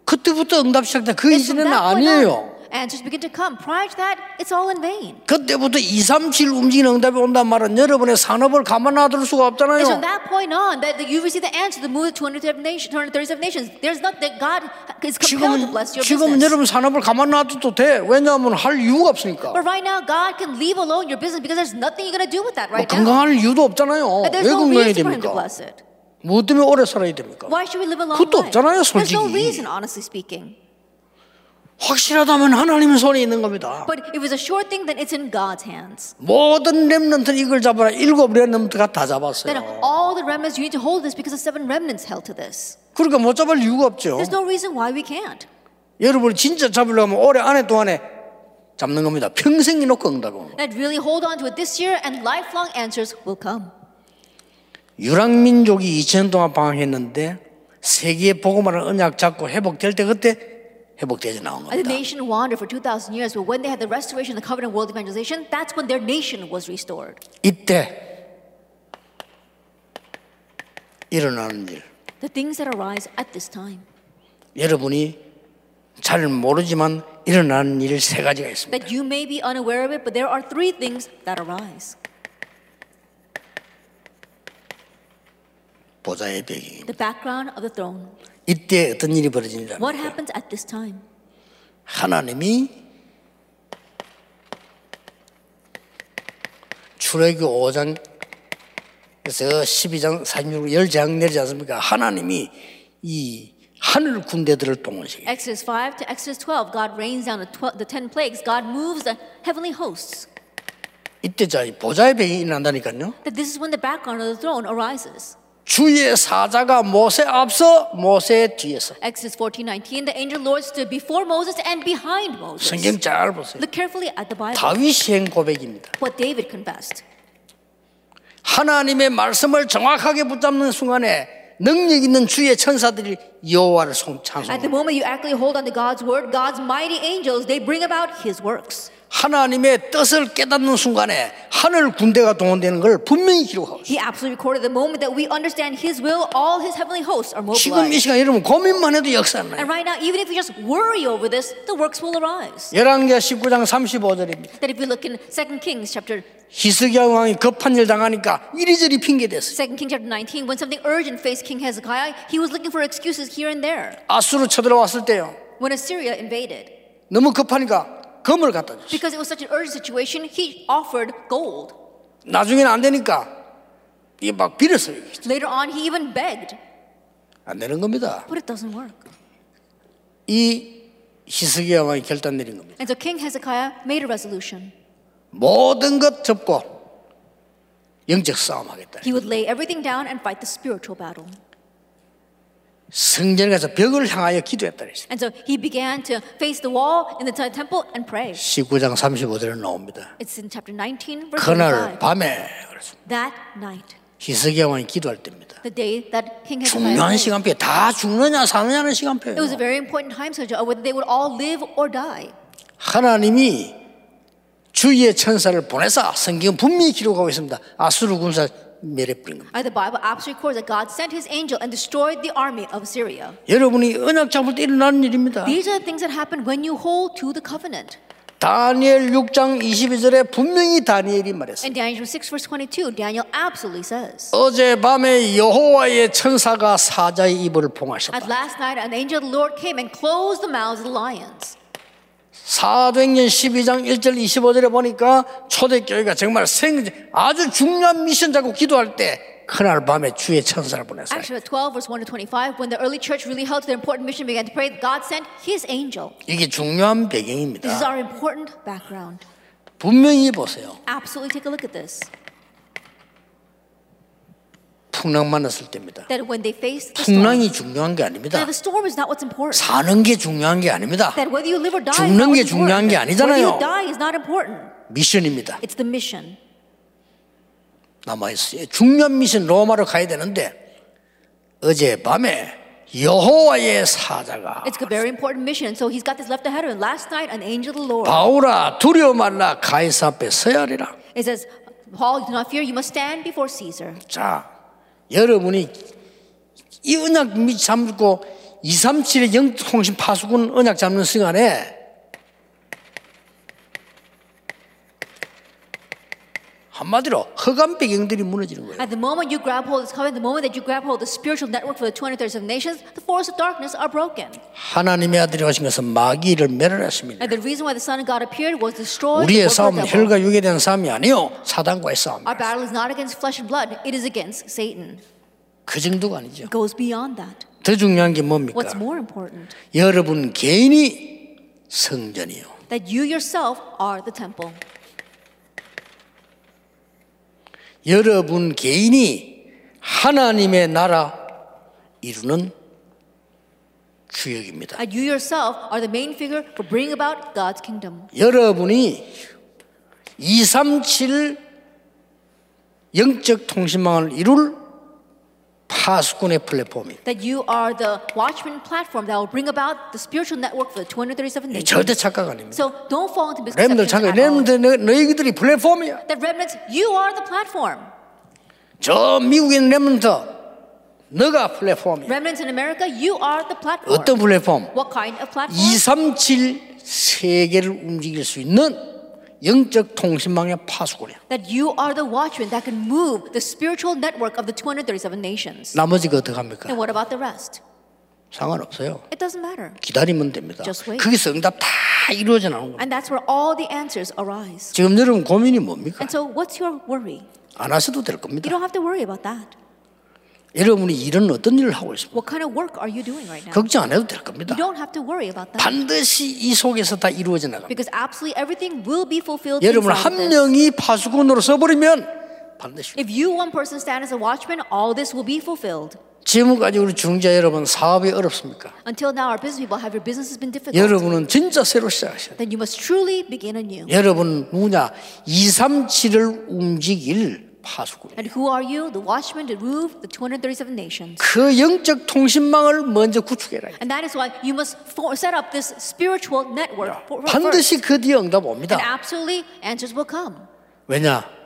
[SPEAKER 1] 그때부터 응답 시작돼. 그
[SPEAKER 2] And from
[SPEAKER 1] 이전에는
[SPEAKER 2] that point
[SPEAKER 1] 아니에요.
[SPEAKER 2] on, answers begin to come. Prior to that, it's all in vain.
[SPEAKER 1] 그때부터 2, 3, 7 움직이는 응답이 온단 말은 여러분의 산업을 가만 놔둘 수가
[SPEAKER 2] And from
[SPEAKER 1] 없잖아요.
[SPEAKER 2] that point on, that that you receive the answer, the move of 237 nations. 237 nations. There's not that God is compelled to
[SPEAKER 1] 지금은,
[SPEAKER 2] bless your
[SPEAKER 1] 지금은
[SPEAKER 2] business.
[SPEAKER 1] 여러분 산업을 가만 놔둬도 돼. 왜냐하면 할 이유가 없으니까.
[SPEAKER 2] But right now, God can leave alone your business because there's nothing you're going to do with that
[SPEAKER 1] 뭐
[SPEAKER 2] right now.
[SPEAKER 1] 건강할 이유도 없잖아요.
[SPEAKER 2] And
[SPEAKER 1] 왜
[SPEAKER 2] there's no
[SPEAKER 1] 건강해야
[SPEAKER 2] reason for Him to
[SPEAKER 1] 됩니까?
[SPEAKER 2] bless it.
[SPEAKER 1] 뭐 때문에 오래 살아야 됩니까?
[SPEAKER 2] Why should we live a long
[SPEAKER 1] 그것도
[SPEAKER 2] life?
[SPEAKER 1] 없잖아요,
[SPEAKER 2] There's no
[SPEAKER 1] 솔직히.
[SPEAKER 2] reason, honestly speaking.
[SPEAKER 1] 확실하다면 하나님의 손에 있는 겁니다.
[SPEAKER 2] But if it's a sure thing, then it's in God's hands.
[SPEAKER 1] 모든 렘넌트 이걸 잡아라. 일곱 렘넌트가 다
[SPEAKER 2] Then
[SPEAKER 1] 잡았어요.
[SPEAKER 2] all the remnants you need to hold this because the seven remnants held to this.
[SPEAKER 1] 그러니까 못 잡을 이유가 없죠.
[SPEAKER 2] There's no reason why we can't.
[SPEAKER 1] 여러분이 진짜 잡으려면 올해 안에 동안에 잡는 겁니다. 평생 이놓고 응답을. 하는 거예요.
[SPEAKER 2] And really hold on to it this year, and lifelong answers will come.
[SPEAKER 1] 유랑민족이 2000년 동안 방황했는데 세계의 복음화를 언약 잡고 회복될 때 그때 회복되지 나온
[SPEAKER 2] And the
[SPEAKER 1] 겁니다.
[SPEAKER 2] nation wandered for 2,000 years, but when they had the restoration of the covenant world evangelization, that's when their nation was restored.
[SPEAKER 1] 이때 일어나는 일.
[SPEAKER 2] The things that arise at this time.
[SPEAKER 1] 여러분이 잘 모르지만 일어나는 일 세 가지가 있습니다.
[SPEAKER 2] That you may be unaware of it, but there are three things that arise
[SPEAKER 1] 보좌의 배경.
[SPEAKER 2] the background of the throne.
[SPEAKER 1] 이때 어떤 일이 벌어지느냐?
[SPEAKER 2] What happens at this time?
[SPEAKER 1] 하나님이 출애굽 5장 그래서 12장 36 10장 내리지 않습니까? 하나님이 이 하늘 군대들을 동원시켜.
[SPEAKER 2] Exodus 5 to Exodus 12, God rains down the, 12, the 10 plagues, God moves the heavenly hosts.
[SPEAKER 1] 이때 자 보좌의 병이 난다니까요.
[SPEAKER 2] That this is when the background of the throne arises.
[SPEAKER 1] 주의 사자가 모세 앞서 모세 뒤에서
[SPEAKER 2] Exodus 14 19. The angel Lord stood before Moses and behind Moses.
[SPEAKER 1] 성경 잘 보세요.
[SPEAKER 2] Look carefully at the Bible.
[SPEAKER 1] 다윗의 고백입니다.
[SPEAKER 2] What David confessed.
[SPEAKER 1] 하나님의 말씀을 정확하게 붙잡는 순간에 능력 있는 주의 천사들이 여호와를 송-
[SPEAKER 2] At the
[SPEAKER 1] 찬송합니다.
[SPEAKER 2] moment you accurately hold on to God's word, God's mighty angels, they bring about his works.
[SPEAKER 1] 하나님의 뜻을 깨닫는 순간에 하늘 군대가 동원되는 걸 분명히 기록하고 있어요.
[SPEAKER 2] He absolutely recorded the moment that we understand his will, all his heavenly hosts are
[SPEAKER 1] 지금 이
[SPEAKER 2] mobilized.
[SPEAKER 1] 시간 여러분 고민만 해도 역사는 나요.
[SPEAKER 2] And right now, even if you just worry over this, the works will arise.
[SPEAKER 1] 열왕기하 19장 35절입니다.
[SPEAKER 2] That if you look in 2 Kings chapter
[SPEAKER 1] 히스기야 왕이 급한 일 당하니까 이리저리 핑계댔어요.
[SPEAKER 2] 2 Kings chapter 19, when something urgent faced King Hezekiah, he was looking for excuses here and there.
[SPEAKER 1] 아수로 쳐들어왔을 때요.
[SPEAKER 2] When Assyria invaded,
[SPEAKER 1] 너무 급하니까 금을 갖다 줬어요.
[SPEAKER 2] because it was such an urgent situation, he offered gold.
[SPEAKER 1] 나중에는 안 되니까 이게 막 빌었어요.
[SPEAKER 2] Later on, he even begged,
[SPEAKER 1] 안 되는 겁니다.
[SPEAKER 2] but it doesn't work.
[SPEAKER 1] 이 히스기야 왕이 결단 내린 겁니다.
[SPEAKER 2] And so King Hezekiah made a resolution.
[SPEAKER 1] 모든 것 접고 영적 싸움하겠다.
[SPEAKER 2] He would lay everything down and fight the spiritual battle.
[SPEAKER 1] 성전에 가서 벽을 향하여 기도했다 그랬어요.
[SPEAKER 2] And so he began to face the wall in the te- temple and pray.
[SPEAKER 1] 19장 35절에 나옵니다.
[SPEAKER 2] It's in chapter 19, verse
[SPEAKER 1] 그날
[SPEAKER 2] 25.
[SPEAKER 1] 밤에 그랬어요.
[SPEAKER 2] That night,
[SPEAKER 1] 히스기야 왕이 기도할 때입니다.
[SPEAKER 2] the day that
[SPEAKER 1] 네,
[SPEAKER 2] King Hezekiah
[SPEAKER 1] 중요한 네,
[SPEAKER 2] died,
[SPEAKER 1] 시간표에 다 죽느냐 사느냐는
[SPEAKER 2] it was a
[SPEAKER 1] 시간표예요.
[SPEAKER 2] very important time schedule of whether they would all live or die.
[SPEAKER 1] 하나님이 주의 천사를 보내사 성경 분명히 기록하고 있습니다. 아수르 군사 멸해버린 겁니다.
[SPEAKER 2] Uh, the Bible absolutely records that God sent his angel and destroyed the army of Syria.
[SPEAKER 1] 여러분이 언약 잡을 때 일어나는 일입니다.
[SPEAKER 2] These are the things that happen when you hold to the covenant.
[SPEAKER 1] 다니엘 6장 22절에 분명히 다니엘이 말했어요.
[SPEAKER 2] In Daniel 6, verse 22, Daniel absolutely says,
[SPEAKER 1] 어젯밤에 여호와의 천사가 사자의 입을 봉하셨다.
[SPEAKER 2] At last night, an angel of the Lord came and closed the mouths of the lions.
[SPEAKER 1] 사도행전 12장 1절 25절에 보니까 초대교회가 정말 생 아주 중요한 미션 잡고 기도할 때 그날 밤에 주의 천사를 보냈어요.
[SPEAKER 2] Acts chapter 12, verse 1 to 25, when the early church really held to their important mission, began to pray, God sent his angel.
[SPEAKER 1] 이게 중요한
[SPEAKER 2] This is
[SPEAKER 1] 배경입니다.
[SPEAKER 2] our important background.
[SPEAKER 1] 분명히 보세요.
[SPEAKER 2] Absolutely take a look at this.
[SPEAKER 1] 풍랑 만났을 때입니다.
[SPEAKER 2] That when they faced the storm,
[SPEAKER 1] 풍랑이 중요한 게
[SPEAKER 2] that
[SPEAKER 1] 아닙니다.
[SPEAKER 2] the storm is not what's important.
[SPEAKER 1] 사는 게 중요한 게 아닙니다.
[SPEAKER 2] That whether you live or die is
[SPEAKER 1] 죽는
[SPEAKER 2] not
[SPEAKER 1] 게
[SPEAKER 2] what's
[SPEAKER 1] 중요한
[SPEAKER 2] important.
[SPEAKER 1] 게
[SPEAKER 2] Whether
[SPEAKER 1] 아니잖아요.
[SPEAKER 2] you die is not important.
[SPEAKER 1] 미션입니다.
[SPEAKER 2] It's the mission.
[SPEAKER 1] 남아있어요. 중요한 미션 로마로 가야 되는데 어젯밤에 여호와의 사자가
[SPEAKER 2] It's a very important mission. So he's got this left ahead of him. Last night, an angel of the Lord.
[SPEAKER 1] 바울아 두려워 말라 가이사 앞에 서야 하리라.
[SPEAKER 2] It says, Paul, do not fear. You must stand before Caesar.
[SPEAKER 1] 자, 여러분이 이 언약 미- 잡고 237의 영통신 파수꾼 언약 잡는 시간에 한마디로 허감 배경들이 무너지는 거예요.
[SPEAKER 2] At the moment you grab hold of this covenant, the moment that you grab hold of the spiritual network for the 237 nations, the forces of darkness are broken.
[SPEAKER 1] 하나님의 아들이 오신 것은 마귀를 멸하였습니다.
[SPEAKER 2] And the reason why the Son of God appeared was destroyed.
[SPEAKER 1] 우리의
[SPEAKER 2] the work of
[SPEAKER 1] 싸움은
[SPEAKER 2] the devil.
[SPEAKER 1] 혈과 육에 대한 싸움이 아니요 사단과의 싸움.
[SPEAKER 2] Our battle is not against flesh and blood, it is against Satan.
[SPEAKER 1] 그 정도가 아니죠.
[SPEAKER 2] It goes beyond that.
[SPEAKER 1] 더 중요한 게 뭡니까?
[SPEAKER 2] What's more important,
[SPEAKER 1] 여러분 개인이 성전이요.
[SPEAKER 2] that you yourself are the temple.
[SPEAKER 1] 여러분 개인이 하나님의 나라 이루는 주역입니다.
[SPEAKER 2] That you yourself are the main figure for bringing about God's kingdom.
[SPEAKER 1] 여러분이 237 영적 통신망을 이룰 파수꾼의 플랫폼입니다.
[SPEAKER 2] That you are the watchman platform that will bring about the spiritual network for the 237
[SPEAKER 1] 이게
[SPEAKER 2] nations.
[SPEAKER 1] 절대 착각 아닙니다.
[SPEAKER 2] So don't fall into
[SPEAKER 1] 렘들
[SPEAKER 2] misconceptions
[SPEAKER 1] 착각.
[SPEAKER 2] at all.
[SPEAKER 1] 렘들 너- 너희들이 플랫폼이야.
[SPEAKER 2] That remnants, you are the platform.
[SPEAKER 1] 저 미국인 렘들 너가 플랫폼이야.
[SPEAKER 2] Remnants in America, you are the platform.
[SPEAKER 1] 어떤 플랫폼?
[SPEAKER 2] What kind of platform?
[SPEAKER 1] 237 세계를 움직일 수 있는 영적 통신망의 파수꾼이야.
[SPEAKER 2] That you are the watchman that can move the spiritual network of the 237 nations.
[SPEAKER 1] 나머지가
[SPEAKER 2] And
[SPEAKER 1] 어떡합니까?
[SPEAKER 2] what about the rest?
[SPEAKER 1] 상관없어요.
[SPEAKER 2] It doesn't matter.
[SPEAKER 1] 기다리면 됩니다.
[SPEAKER 2] Just wait.
[SPEAKER 1] 거기서 응답 다 이루어져 나오는 거예요.
[SPEAKER 2] And that's where all the answers arise.
[SPEAKER 1] 지금 여러분 고민이 뭡니까?
[SPEAKER 2] And so, what's your worry?
[SPEAKER 1] 안 하셔도 될
[SPEAKER 2] You
[SPEAKER 1] 겁니다.
[SPEAKER 2] don't have to worry about that.
[SPEAKER 1] 여러분이 일은 어떤 일을 하고 있습니까?
[SPEAKER 2] What kind of work are you doing right now?
[SPEAKER 1] 걱정 안 해도 될
[SPEAKER 2] You
[SPEAKER 1] 겁니다.
[SPEAKER 2] don't have to worry about that.
[SPEAKER 1] 반드시 이 속에서 다 이루어져 나갑니다.
[SPEAKER 2] Because absolutely everything will be fulfilled.
[SPEAKER 1] 여러분
[SPEAKER 2] inside of
[SPEAKER 1] 한
[SPEAKER 2] this.
[SPEAKER 1] 명이 파수꾼으로 써버리면 반드시.
[SPEAKER 2] If you, one person, stand as a watchman, all this will be fulfilled.
[SPEAKER 1] 지금까지 우리 중자 여러분 사업이 어렵습니까?
[SPEAKER 2] Until now, our business people have your businesses been difficult.
[SPEAKER 1] 여러분은 진짜 새로 시작하셔야 돼요.
[SPEAKER 2] Then you must truly begin anew.
[SPEAKER 1] 여러분 누구냐? 2, 3, 7을 움직일 파수꾼.
[SPEAKER 2] And who are you? The watchman to move the 237 nations.
[SPEAKER 1] 그 영적 통신망을 먼저 구축해라.
[SPEAKER 2] And that is why you must for, set up this spiritual network. for- for- first.
[SPEAKER 1] 반드시 그 뒤에 응답
[SPEAKER 2] And
[SPEAKER 1] 옵니다.
[SPEAKER 2] absolutely, answers will come.
[SPEAKER 1] 왜냐?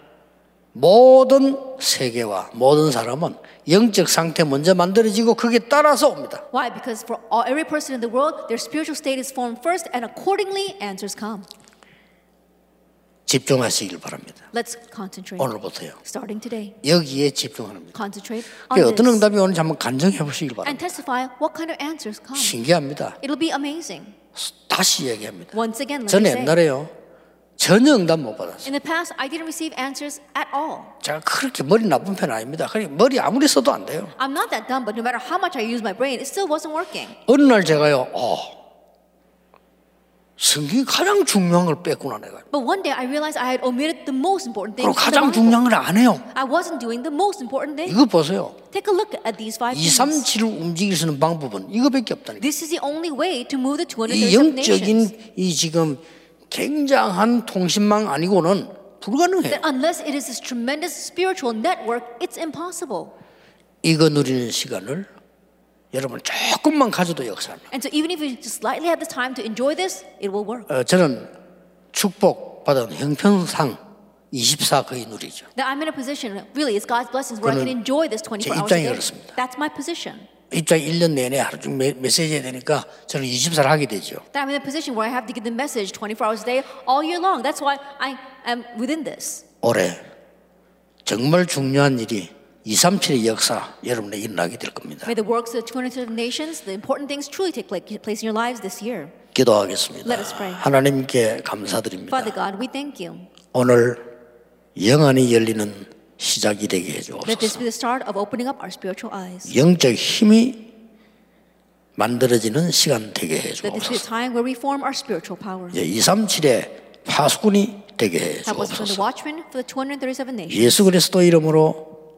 [SPEAKER 1] 모든 세계와 모든 사람은 영적 상태 먼저 만들어지고 그게 따라서 옵니다.
[SPEAKER 2] Why? Because for all, every person in the world, their spiritual state is formed first, and accordingly, answers come.
[SPEAKER 1] 집중하시길 바랍니다.
[SPEAKER 2] Let's concentrate.
[SPEAKER 1] 오늘부터요.
[SPEAKER 2] Starting today,
[SPEAKER 1] 여기에 집중합니다.
[SPEAKER 2] concentrate on
[SPEAKER 1] 그게 어떤
[SPEAKER 2] this
[SPEAKER 1] 응답이 오는지 한번 간증해 보시길
[SPEAKER 2] and
[SPEAKER 1] 바랍니다.
[SPEAKER 2] testify what kind of answers come.
[SPEAKER 1] 신기합니다.
[SPEAKER 2] It'll be amazing.
[SPEAKER 1] 다시 얘기합니다.
[SPEAKER 2] Once again, let
[SPEAKER 1] 저는
[SPEAKER 2] me say,
[SPEAKER 1] 옛날에요. 전혀 응답 못 받았어요.
[SPEAKER 2] in the past, I didn't receive answers at all.
[SPEAKER 1] 제가 그렇게 머리 나쁜 편은 아닙니다. 그러니 머리 아무리 써도 안 돼요.
[SPEAKER 2] I'm not that dumb, but no matter how much I use my brain, it still wasn't working.
[SPEAKER 1] 어느 날 제가요, 어, 성경이 가장 중요한 걸 뺐구나 내가.
[SPEAKER 2] But one day, I realized I had omitted the most important thing.
[SPEAKER 1] 그리고 가장
[SPEAKER 2] the Bible.
[SPEAKER 1] 네, 중요한 걸 안 해요.
[SPEAKER 2] I wasn't doing the most important thing.
[SPEAKER 1] 이거 보세요.
[SPEAKER 2] Take a look at these five
[SPEAKER 1] 2,
[SPEAKER 2] things.
[SPEAKER 1] 3, 7을 움직일 수 있는 방법은 이거밖에 없다니까.
[SPEAKER 2] This is the only way to move the
[SPEAKER 1] 이
[SPEAKER 2] 237 nations.
[SPEAKER 1] 영적인 이 지금 굉장한 통신망 아니고는 불가능해요.
[SPEAKER 2] That unless it is this tremendous spiritual network, it's impossible.
[SPEAKER 1] 이거 누리는 시간을 여러분 조금만 가져도 역사나.
[SPEAKER 2] And so even if you just slightly have the time to enjoy this, it will work.
[SPEAKER 1] 어, 저는 축복 받은 형편상 24 거의 누리죠.
[SPEAKER 2] That I'm in a position, really, it's God's blessings where I can
[SPEAKER 1] 저는
[SPEAKER 2] enjoy this 24
[SPEAKER 1] 제
[SPEAKER 2] hours a
[SPEAKER 1] 입장이
[SPEAKER 2] day.
[SPEAKER 1] 그렇습니다.
[SPEAKER 2] That's my position.
[SPEAKER 1] 입장 1년 내내 하루 종일 메- 메시지 해야 되니까 저는 24를 하게 되죠.
[SPEAKER 2] That I'm in a position where I have to get the message 24 hours a day, all year long. That's why I am within this.
[SPEAKER 1] 올해 정말 중요한 일이 237의 역사 여러분에 일어나게 될 겁니다.
[SPEAKER 2] May the works of 237 nations, the important things truly take pla- place in your lives this year.
[SPEAKER 1] 기도하겠습니다.
[SPEAKER 2] Let us pray.
[SPEAKER 1] 하나님께 감사드립니다.
[SPEAKER 2] Father God, we thank you.
[SPEAKER 1] 오늘 영안이 열리는 시작이 되게
[SPEAKER 2] Let
[SPEAKER 1] 해주옵소서.
[SPEAKER 2] this be the start of opening up our spiritual eyes.
[SPEAKER 1] 영적 힘이 만들어지는 시간 되게
[SPEAKER 2] Let this be a
[SPEAKER 1] 해주옵소서.
[SPEAKER 2] time where we form our spiritual power.
[SPEAKER 1] 이제 237의 파수꾼이 되게
[SPEAKER 2] Help us become the
[SPEAKER 1] 해주옵소서.
[SPEAKER 2] watchman for the 237 nations.
[SPEAKER 1] 예수 그리스도 이름으로